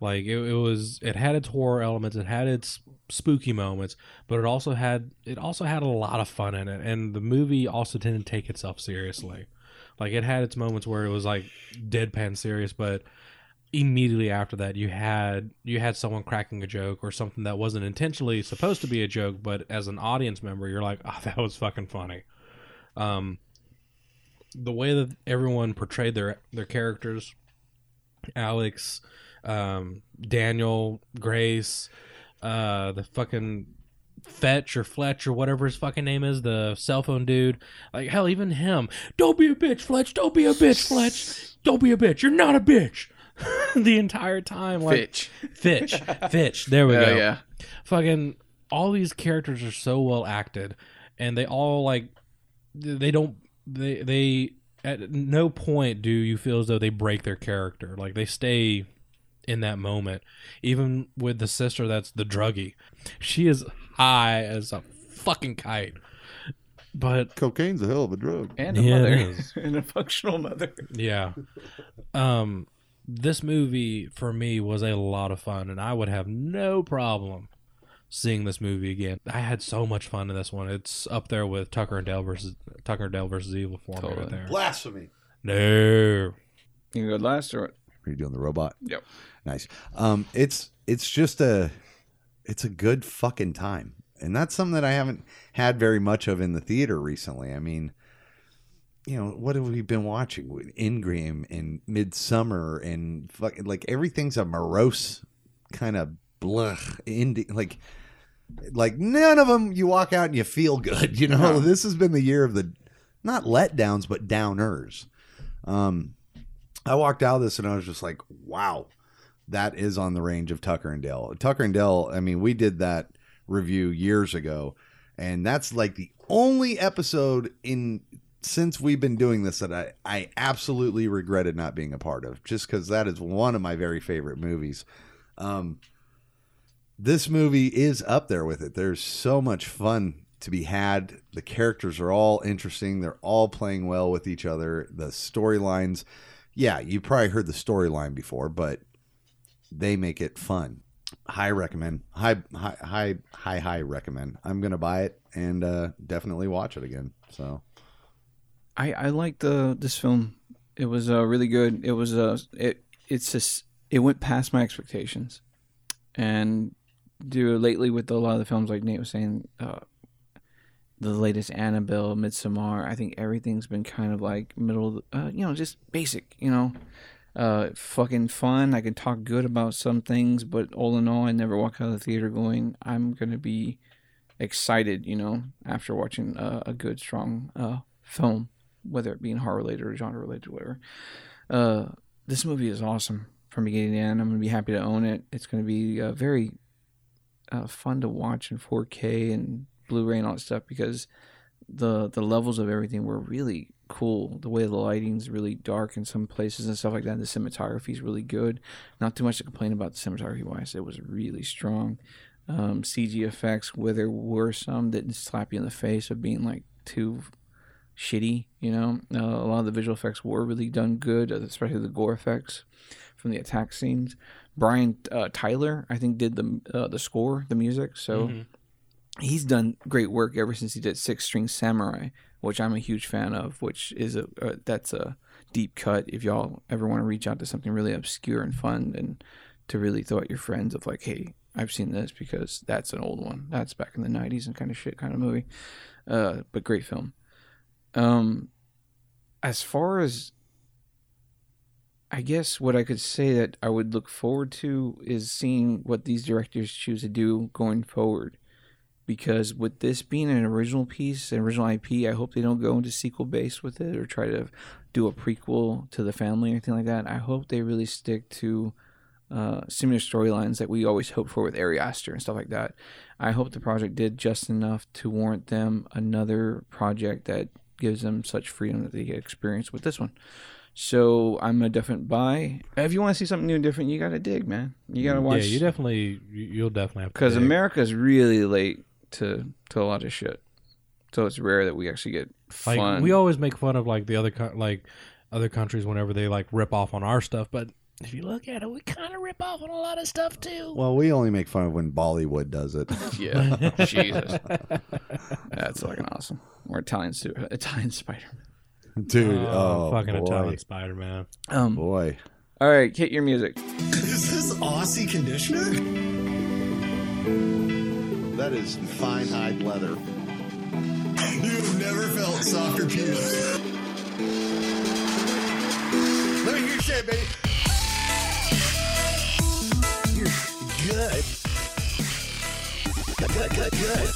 Speaker 10: Like it, it was, it had its horror elements, it had its spooky moments, but it also had it also had a lot of fun in it, and the movie also didn't take itself seriously. Like it had its moments where it was like deadpan serious, but immediately after that you had you had someone cracking a joke or something that wasn't intentionally supposed to be a joke but as an audience member you're like oh that was fucking funny um the way that everyone portrayed their their characters alex um daniel grace uh the fucking fetch or fletch or whatever his fucking name is the cell phone dude like hell even him don't be a bitch fletch don't be a bitch fletch don't be a bitch you're not a bitch *laughs* the entire time like
Speaker 9: Fitch.
Speaker 10: Fitch. Fitch. There we
Speaker 9: Hell
Speaker 10: go.
Speaker 9: yeah.
Speaker 10: Fucking all these characters are so well acted, and they all like they don't they they at no point do you feel as though they break their character. Like they stay in that moment. Even with the sister that's the druggie, she is high as a fucking kite. But
Speaker 20: cocaine's a hell of a drug,
Speaker 9: And a
Speaker 10: Yeah, it
Speaker 9: mother.
Speaker 10: is.
Speaker 9: *laughs* and a functional mother.
Speaker 10: Yeah. Um this movie for me was a lot of fun and I would have no problem seeing this movie again. I had so much fun in this one. It's up there with Tucker and Dale versus Tucker and Dale versus Evil for me right
Speaker 9: Totally.
Speaker 10: there.
Speaker 20: Blasphemy.
Speaker 10: No.
Speaker 9: You can go last or what?
Speaker 2: Are you doing the robot?
Speaker 9: Yep.
Speaker 2: Nice. Um, it's it's just a it's a good fucking time, and that's something that I haven't had very much of in the theater recently. I mean, you know, what have we been watching? With Ingram and Midsummer and fucking like everything's a morose kind of blah ending. Like, like none of them. You walk out and you feel good. *laughs* You know,
Speaker 20: No.
Speaker 2: this has been the year of the not letdowns but downers. Um, I walked out of this and I was just like, wow, that is on the range of Tucker and Dale. Tucker and Dale, I mean, we did that review years ago, and that's like the only episode in since we've been doing this that I, I absolutely regretted not being a part of, just because that is one of my very favorite movies. Um, this movie is up there with it. There's so much fun to be had. The characters are all interesting. They're all playing well with each other. The storylines, yeah, you probably heard the storyline before, but they make it fun. High recommend. High high high high high recommend. I'm gonna buy it and uh, definitely watch it again. So
Speaker 9: I I liked the this film. It was uh, really good. It was uh it it's just it went past my expectations, and do lately with a lot of the films like Nate was saying, uh, the latest Annabelle, Midsommar. I think everything's been kind of like middle, uh, you know, just basic. You know, uh, fucking fun. I can talk good about some things, but all in all, I never walk out of the theater going, I'm gonna be excited. You know, after watching uh, a good strong uh, film, whether it be in horror related or genre related, whatever. Uh, this movie is awesome from beginning to end. I'm gonna be happy to own it. It's gonna be uh, very uh, fun to watch in 4K and Blu-ray and all that stuff because the the levels of everything were really cool. The way the lighting's really dark in some places and stuff like that. The cinematography is really good. Not too much to complain about the cinematography wise. It was really strong. Um, CG effects, where there were some that slap you in the face of being like too shitty. You know, uh, a lot of the visual effects were really done good, uh, especially the gore effects from the attack scenes. Brian uh, Tyler, I think, did the uh, the score, the music.
Speaker 10: Mm-hmm.
Speaker 9: So
Speaker 6: Mhm.
Speaker 2: Mm-hmm.
Speaker 9: he's done great work ever since he did Six String Samurai, which I'm a huge fan of. Which is a uh, that's a deep cut. If y'all ever want to reach out to something really obscure and fun, and to really throw at your friends of like, hey, I've seen this because that's an old one. That's back in the '90s and kind of shit kind of movie. Uh, but great film. Um, as far as I guess what I could say that I would look forward to is seeing what these directors choose to do going forward. Because with this being an original piece, an original IP, I hope they don't go into sequel base with it or try to do a prequel to the family or anything like that. I hope they really stick to uh, similar storylines that we always hoped for with Ari Aster and stuff like that. I hope the project did just enough to warrant them another project that gives them such freedom that they get experience with this one. So I'm a definite buy. If you want to see something new and different, you gotta dig, man. You gotta watch
Speaker 10: Mm, Yeah, you definitely you- you'll definitely have to
Speaker 9: because
Speaker 10: dig.
Speaker 9: America's really late to to a lot of shit. So it's rare that we actually get
Speaker 10: Like
Speaker 9: fun.
Speaker 10: we always make fun of like the other co- like other countries whenever they like rip off on our stuff, but
Speaker 20: If you look at it, we kind of rip off on a lot of stuff too.
Speaker 2: Well, we only make fun of when Bollywood does it. *laughs*
Speaker 9: Yeah, *laughs* Jesus, that's fucking awesome. Or Italian, su- Italian Spider Man,
Speaker 2: dude. Oh,
Speaker 10: fucking
Speaker 2: boy.
Speaker 10: Italian Spider Man. *laughs*
Speaker 9: Um,
Speaker 2: boy.
Speaker 9: All right, hit your music.
Speaker 21: Is this Aussie conditioner?
Speaker 22: That is fine hide leather.
Speaker 21: You've never felt softer pubes. Let me hear your shit, baby. You're good. Good, good, good, good.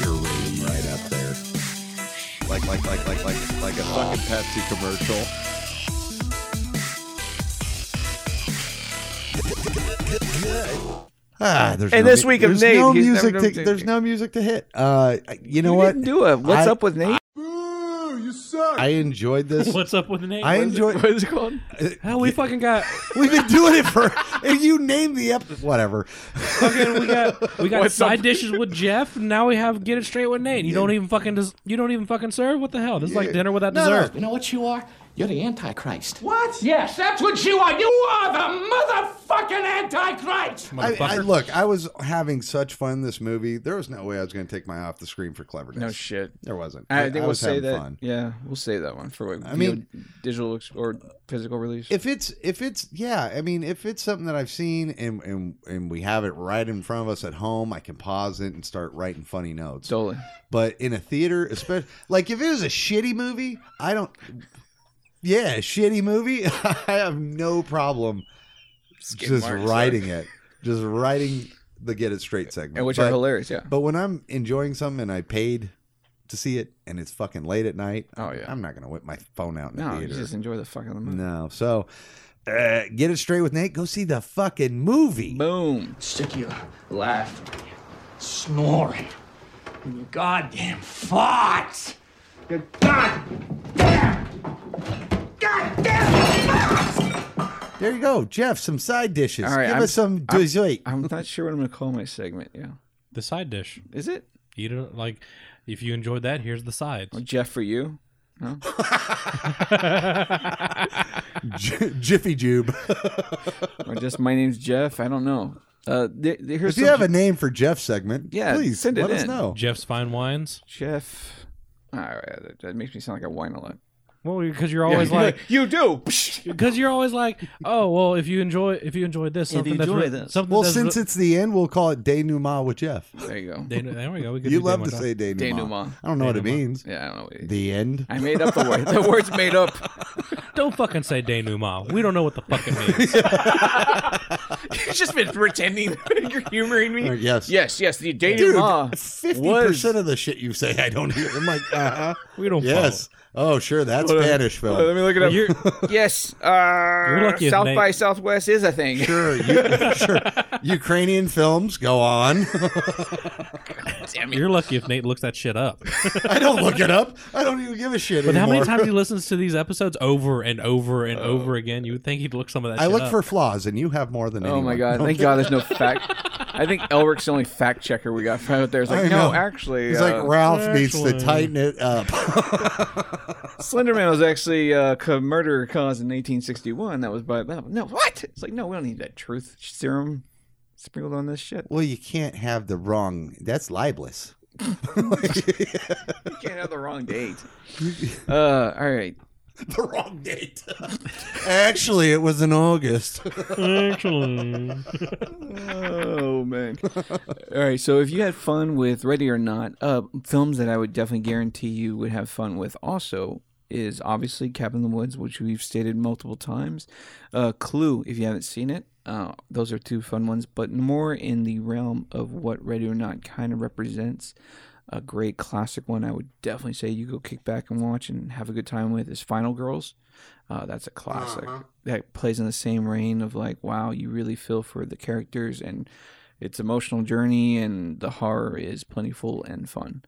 Speaker 22: You're really right up there. Like, like, like, like, like, like a fucking Pepsi commercial.
Speaker 2: Ah, there's
Speaker 9: And
Speaker 2: no
Speaker 9: this
Speaker 2: mu-
Speaker 9: week of
Speaker 2: there's
Speaker 9: Nate,
Speaker 2: no
Speaker 9: he's never
Speaker 2: music.
Speaker 9: done
Speaker 2: To,
Speaker 9: anything.
Speaker 2: there's no music to hit. Uh, you know what?
Speaker 9: didn't do a what's up with Nate?
Speaker 21: Boo, you suck.
Speaker 2: I enjoyed
Speaker 10: *laughs*
Speaker 2: this.
Speaker 20: What's up with Nate?
Speaker 2: I
Speaker 20: What is it-
Speaker 2: enjoyed. Uh,
Speaker 20: what is it called?
Speaker 10: Hell, we fucking got
Speaker 2: We've been doing it for. *laughs* If you name the episode, whatever.
Speaker 10: fucking we got we got
Speaker 2: What's
Speaker 10: side
Speaker 2: up?
Speaker 10: dishes with Jeff. And now we have get it straight with Nate. You don't even fucking des- you don't even fucking serve. What the hell? This is like dinner without dessert.
Speaker 6: You know what you are? You're the Antichrist.
Speaker 16: What? Yes, that's what you are. You are the motherfucking Antichrist.
Speaker 2: I, I- look, I was having such fun this movie. There was no way I was going to take my eye off the screen for cleverness.
Speaker 9: No shit.
Speaker 2: There wasn't.
Speaker 9: I, think we'll
Speaker 2: was
Speaker 9: say
Speaker 2: having
Speaker 9: that.
Speaker 2: fun.
Speaker 9: Yeah, we'll say that one for. Like,
Speaker 2: I mean-
Speaker 9: VOD digital ex- or physical release.
Speaker 2: If it's if it's yeah, I mean, if it's something that I've seen and and and we have it right in front of us at home, I can pause it and start writing funny notes.
Speaker 9: Totally.
Speaker 2: But in a theater, especially like if it was a shitty movie, I don't. Yeah, a shitty movie. *laughs* I have no problem just
Speaker 9: marks,
Speaker 2: writing it, just writing the get it straight segment,
Speaker 9: And which are hilarious, yeah.
Speaker 2: But when I'm enjoying something and I paid to see it, and it's fucking late at night,
Speaker 9: oh yeah,
Speaker 2: I'm not gonna whip my phone out in the
Speaker 9: No, you
Speaker 2: theater.
Speaker 9: just enjoy the fucking movie.
Speaker 2: No. So uh, get it straight with Nate. Go see the fucking movie.
Speaker 9: Boom.
Speaker 16: Stick your laugh, snoring, and your goddamn farts. Your goddamn,
Speaker 2: There you go, Jeff. Some side dishes.
Speaker 9: All right,
Speaker 2: Give
Speaker 9: I'm-
Speaker 2: us some
Speaker 9: I'm-
Speaker 2: dessert.
Speaker 9: I'm not sure what I'm gonna call my segment. Yeah.
Speaker 10: The side dish.
Speaker 9: Is it?
Speaker 10: You don't like if you enjoyed that, here's the sides.
Speaker 9: Jeff for you. No.
Speaker 2: J- Jiffy
Speaker 9: *laughs*
Speaker 2: Jube.
Speaker 9: or just my name's Jeff. I don't know. Uh, th- th- here's
Speaker 2: if you
Speaker 9: some-
Speaker 2: have a name for Jeff's segment,
Speaker 9: Yeah,
Speaker 2: please
Speaker 9: send it
Speaker 2: let us
Speaker 9: in.
Speaker 2: know.
Speaker 10: Jeff's fine wines.
Speaker 9: Jeff. All right, that- that makes me sound like I whine a lot.
Speaker 10: Well, because you're always
Speaker 9: Yeah,
Speaker 2: *laughs*
Speaker 10: like
Speaker 9: *laughs* you do.
Speaker 10: Because you're always like, oh well, if you enjoy if you enjoyed this,
Speaker 9: If
Speaker 10: something
Speaker 9: you
Speaker 10: that's
Speaker 9: enjoy
Speaker 10: re-
Speaker 9: this.
Speaker 10: something
Speaker 2: Well,
Speaker 10: that's
Speaker 2: since
Speaker 10: re-
Speaker 2: it's the end, we'll call it denouement with Jeff.
Speaker 9: There you go.
Speaker 10: Denu- there we go. We
Speaker 2: *laughs*
Speaker 10: could
Speaker 2: you
Speaker 10: do
Speaker 2: love to
Speaker 10: denouement.
Speaker 2: say denouement.
Speaker 9: Denouement.
Speaker 2: I don't know what it
Speaker 10: Denouement.
Speaker 2: means.
Speaker 9: Yeah, I don't know. What it
Speaker 2: The end.
Speaker 9: I made up the word. The word's made up.
Speaker 10: don't fucking say denouement. We don't know what the
Speaker 2: *laughs*
Speaker 10: fuck it means.
Speaker 9: *laughs* You've just been pretending *laughs* you're humoring me.
Speaker 2: Uh, yes.
Speaker 9: Yes, yes. The
Speaker 2: Dude, *laughs*
Speaker 9: denouement.
Speaker 2: fifty
Speaker 9: was-
Speaker 2: percent of the shit you say, I don't hear. I'm like, uh huh.
Speaker 10: We don't
Speaker 2: Yes. Oh, sure. That's
Speaker 9: Hold on.
Speaker 2: Spanish film.
Speaker 9: Let me look it up.
Speaker 2: You're-
Speaker 9: yes. Uh,
Speaker 2: You're lucky if
Speaker 9: South
Speaker 2: Nate-
Speaker 9: by Southwest is a thing.
Speaker 2: Sure, *laughs* you, sure. Ukrainian films go on. *laughs*
Speaker 10: You're lucky if Nate looks that
Speaker 9: *laughs*
Speaker 10: shit up.
Speaker 2: I don't look it up. I don't even give a shit.
Speaker 10: But how many
Speaker 2: anymore.
Speaker 10: times he listens to these episodes over and over and over again? You would think he'd look some of that.
Speaker 2: I
Speaker 10: shit
Speaker 2: look
Speaker 10: up.
Speaker 2: for flaws, and you have more than.
Speaker 9: Oh
Speaker 2: anyone.
Speaker 9: my god! Thank God, there's no fact. I think Elric's the only fact checker we got from out there. It's
Speaker 2: *laughs*
Speaker 9: like,
Speaker 2: I
Speaker 9: no,
Speaker 2: know.
Speaker 9: actually,
Speaker 2: it's
Speaker 9: uh,
Speaker 2: like Ralph needs to tighten it up. *laughs*
Speaker 9: Slenderman was actually uh, a murder caused in 1861. That was by that. No, what? It's like, no, we don't need that truth serum sprinkled on this shit.
Speaker 2: well, you can't have the wrong. That's libelous.
Speaker 9: You can't have the
Speaker 2: *laughs*
Speaker 9: wrong date. Uh, all right.
Speaker 2: *laughs* The wrong date. Actually, it was in August. *laughs*
Speaker 10: Actually.
Speaker 9: oh man. All right. So if you had fun with Ready or Not, uh, films that I would definitely guarantee you would have fun with also is obviously Cabin in the Woods, which we've stated multiple times. Uh, Clue, if you haven't seen it, uh, those are two fun ones, but more in the realm of what Ready or Not kind of represents. A great classic one I would definitely say you go kick back and watch and have a good time with is Final Girls. Uh, that's a classic that plays in the same reign of like, wow, you really feel for the characters and its emotional journey, and the horror is plentiful and fun.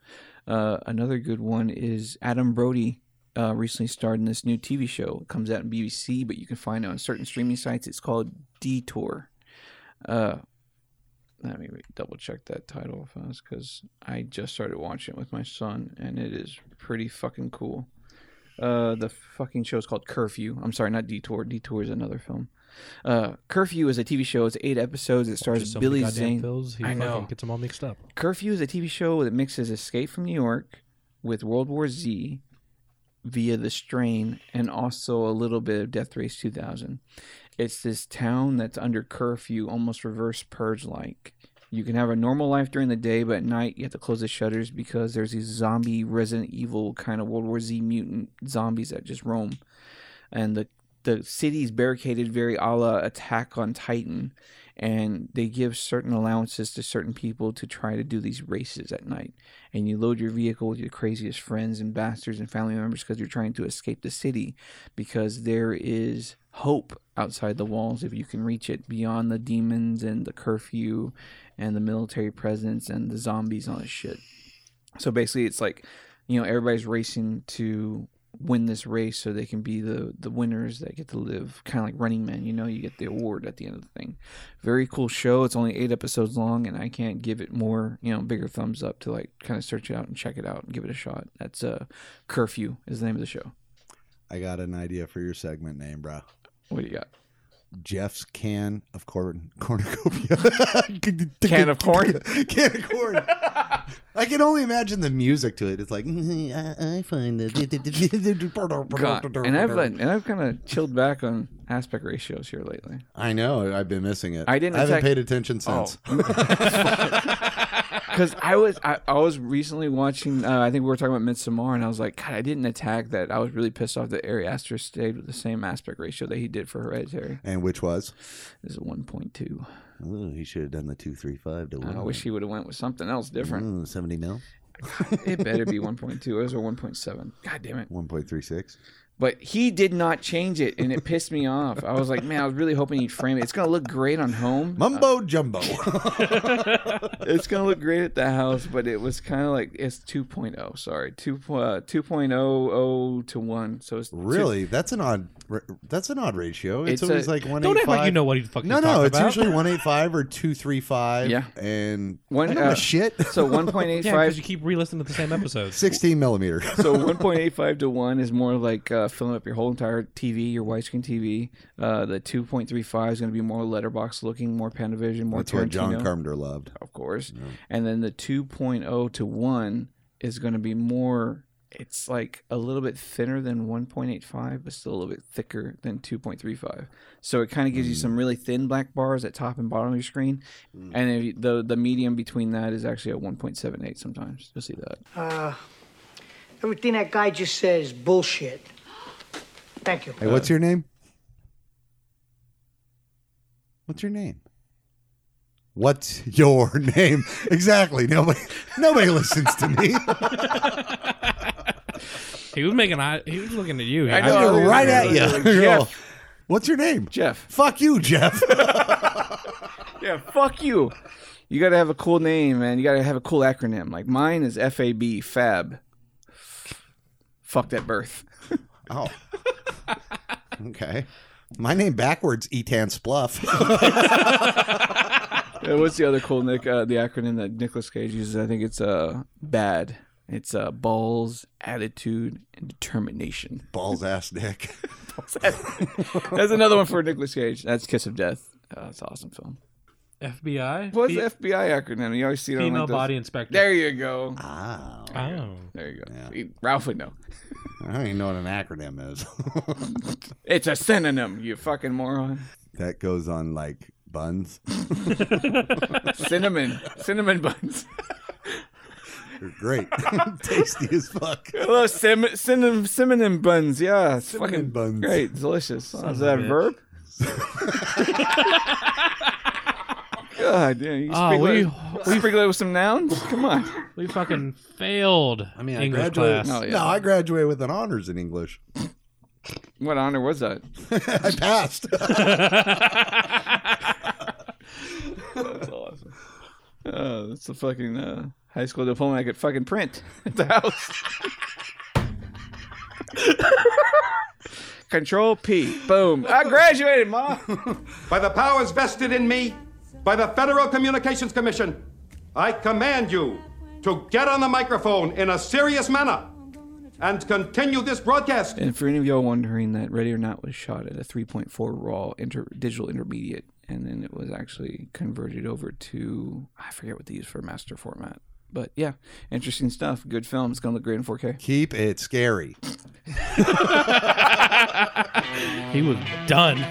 Speaker 9: Uh, another good one is Adam Brody. Uh, recently starred in this new TV show. It comes out on BBC, but you can find it on certain streaming sites. It's called Detour. Uh, let me re- double check that title fast because I just started watching it with my son, and it is pretty fucking cool. Uh, the fucking show is called Curfew. I'm sorry, not Detour. Detour is another film. Uh, Curfew is a TV show. It's eight episodes. It stars
Speaker 10: Just so many
Speaker 9: Billy
Speaker 10: goddamn
Speaker 9: Zane.
Speaker 10: pills, he
Speaker 9: I know.
Speaker 10: fucking Gets them all mixed up.
Speaker 9: Curfew is a TV show that mixes Escape from New York with World War Z via The Strain and also a little bit of Death Race 2000. It's this town that's under curfew, almost reverse purge like. You can have a normal life during the day, but at night you have to close the shutters because there's these zombie Resident Evil kind of World War Z mutant zombies that just roam. And the the city's barricaded very a la Attack on Titan, and they give certain allowances to certain people to try to do these races at night. And you load your vehicle with your craziest friends and bastards and family members because you're trying to escape the city because there is hope outside the walls if you can reach it beyond the demons and the curfew and the military presence and the zombies and all this shit. So basically, it's like, you know, everybody's racing to win this race so they can be the the winners that get to live kind of like running man you know you get the award at the end of the thing very cool show it's only eight episodes long and i can't give it more you know bigger thumbs up to like kind of search it out and check it out and give it a shot that's uh curfew is the name of the show
Speaker 2: I got an idea for your segment name, bro.
Speaker 9: What do you got?
Speaker 2: Jeff's can of corn cornucopia. *laughs*
Speaker 9: Can of corn?
Speaker 2: can of corn. I can only imagine the music to it. It's like *laughs* I, I find *laughs* that.
Speaker 9: God. *laughs* and i've like, and i've kind of chilled back on aspect ratios here lately
Speaker 2: I know. I've been missing it.
Speaker 9: I didn't
Speaker 2: I haven't
Speaker 9: attack- Oh.
Speaker 2: paid attention since.
Speaker 9: *laughs* Because I was I, I was recently watching. Uh, I think we were talking about Midsommar, and I was like, God, I didn't attack that. I was really pissed off that Ari Aster stayed with the same aspect ratio that he did for Hereditary.
Speaker 2: And which was?
Speaker 9: This is one point two.
Speaker 2: Ooh, he should have done the two three five to one.
Speaker 9: I wish he would have went with something else different.
Speaker 2: Ooh, Seventy mil.
Speaker 9: it better be one point two. It was a one point seven. God damn it.
Speaker 2: One point three six.
Speaker 9: But he did not change it, and it pissed me off. I was like, man, I was really hoping he'd frame it. It's gonna look great on home.
Speaker 2: Mumbo
Speaker 9: *laughs*
Speaker 2: jumbo. *laughs*
Speaker 9: it's gonna look great at the house, but it was kind of like it's 2.0. Sorry, 2 po- uh, 2.00 to one. So it's two-
Speaker 2: Really, that's an odd. That's an odd ratio. It's,
Speaker 9: It's
Speaker 2: always
Speaker 9: a-
Speaker 2: like one.
Speaker 9: Don't act like you know what
Speaker 10: he's fucking
Speaker 2: No, no,
Speaker 10: talking
Speaker 2: it's
Speaker 10: about.
Speaker 2: usually one eight five or two three five.
Speaker 9: Yeah.
Speaker 2: and
Speaker 9: One-
Speaker 2: I don't give a
Speaker 9: uh,
Speaker 2: shit. *laughs*
Speaker 9: so 1.85
Speaker 10: *laughs* Yeah, because you keep re-listening to the same episodes.
Speaker 2: Sixteen millimeter.
Speaker 9: so
Speaker 10: *laughs*
Speaker 9: 1.85 to 1 is more like uh, filling up your whole entire TV, your widescreen TV. Uh, the 2.35 is going to be more letterbox looking, more Panavision, more
Speaker 2: That's what John
Speaker 9: Tarantino.
Speaker 2: Carpenter loved.
Speaker 9: Of course. And then the 2.0 to 1 is going to be more, it's like a little bit thinner than 1.85, but still a little bit thicker than 2.35. So it kind of gives you some really thin black bars at top and bottom of your screen. And if you, the, the medium between that is actually at 1.78 sometimes. You'll see that.
Speaker 5: Uh, everything that guy just said is bullshit. Thank you.
Speaker 9: Uh,
Speaker 2: Hey, what's your name? What's your name? What's your *laughs* name? Exactly. Nobody. Nobody listens to
Speaker 9: *laughs*
Speaker 2: me.
Speaker 10: He was making eye. He was looking at you.
Speaker 2: I know,
Speaker 10: He-
Speaker 2: I'm right at you.
Speaker 10: Jeff.
Speaker 2: Girl, What's your name?
Speaker 9: Jeff.
Speaker 2: Fuck you,
Speaker 9: *laughs*
Speaker 2: Jeff.
Speaker 9: *laughs* yeah, fuck you. You gotta have a cool name, man. You gotta have a cool acronym. Like mine is FAB, Fab. Fuck that birth.
Speaker 2: oh. Okay. My name backwards, Etan Spluff. *laughs*
Speaker 9: Uh, What's the other cool Nick? Uh, the acronym that Nicolas Cage uses? I think it's uh BAD. It's uh balls, attitude, and determination.
Speaker 2: Balls ass
Speaker 9: *laughs*
Speaker 2: dick.
Speaker 9: That's another one for Nicolas Cage. That's Kiss of Death. Uh, that's an awesome film.
Speaker 10: FBI.
Speaker 9: What's
Speaker 10: Fe-
Speaker 9: the FBI acronym? You always see it on, like,
Speaker 10: Female
Speaker 9: those-
Speaker 10: body inspector.
Speaker 9: There you go.
Speaker 2: Ah.
Speaker 10: Oh.
Speaker 9: There you go. See, Ralph would know.
Speaker 2: I don't even know what an acronym is. *laughs*
Speaker 9: It's a synonym. You fucking moron.
Speaker 2: that goes on like buns.
Speaker 9: cinnamon, cinnamon buns.
Speaker 2: They're *laughs* great. Tasty as fuck.
Speaker 9: Hello, sim, cinnamon, cinnamon buns. Yeah, it's
Speaker 2: Cinnamon
Speaker 9: fucking
Speaker 2: buns.
Speaker 9: Great, delicious.
Speaker 2: Son
Speaker 9: Is
Speaker 2: of a
Speaker 9: that a
Speaker 2: bitch.
Speaker 9: verb? God damn, you
Speaker 10: Ah,
Speaker 9: sprinkle,
Speaker 10: we-
Speaker 9: it, sprinkle it with some nouns. Come on.
Speaker 10: We fucking failed. I mean, English
Speaker 2: graduated-
Speaker 10: class.
Speaker 2: No, I graduated with an honors in English. *laughs*
Speaker 9: What honor was that?
Speaker 2: I passed. *laughs*
Speaker 9: That's awesome. Oh, that's the fucking uh, high school diploma I could fucking print *laughs* at the house. *laughs* Control P. Boom. I graduated, Mom.
Speaker 3: By the powers vested in me by the Federal Communications Commission, I command you to get on the microphone in a serious manner and continue this broadcast.
Speaker 9: And for any of y'all wondering, that Ready or Not was shot at a 3.4 raw inter- digital intermediate, and then it was actually converted over to I forget what they use for master format. But yeah, interesting stuff. Good film. It's gonna look great in 4K.
Speaker 22: Keep it scary.
Speaker 10: He was done.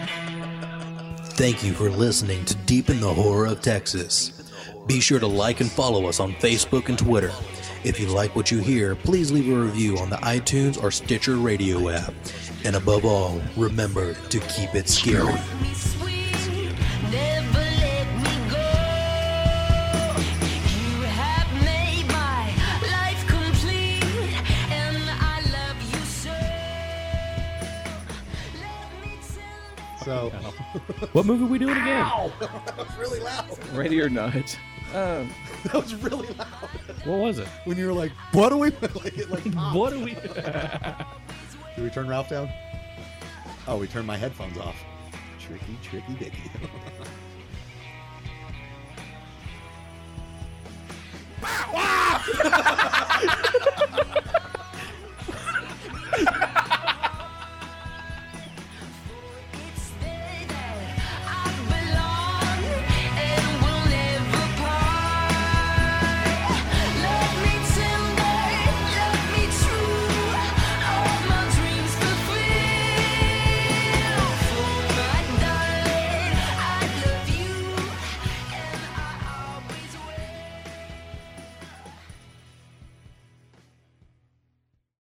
Speaker 1: Thank you for listening to Deep in the Horror of Texas. Be sure to like and follow us on Facebook and Twitter. If you like what you hear, please leave a review on the iTunes or Stitcher radio app. And above all, remember to keep it scary.
Speaker 17: Made my life complete, and I love you so.
Speaker 2: *laughs* So,
Speaker 10: what movie we doing again?
Speaker 22: that was really loud.
Speaker 9: Ready or Not. Um,
Speaker 22: That was really loud.
Speaker 10: what was it?
Speaker 2: When you were like, what do we *laughs* like? It like popped.
Speaker 10: What do we?
Speaker 2: Do we turn Ralph down? Oh, we turned my headphones off. Tricky, tricky, dicky.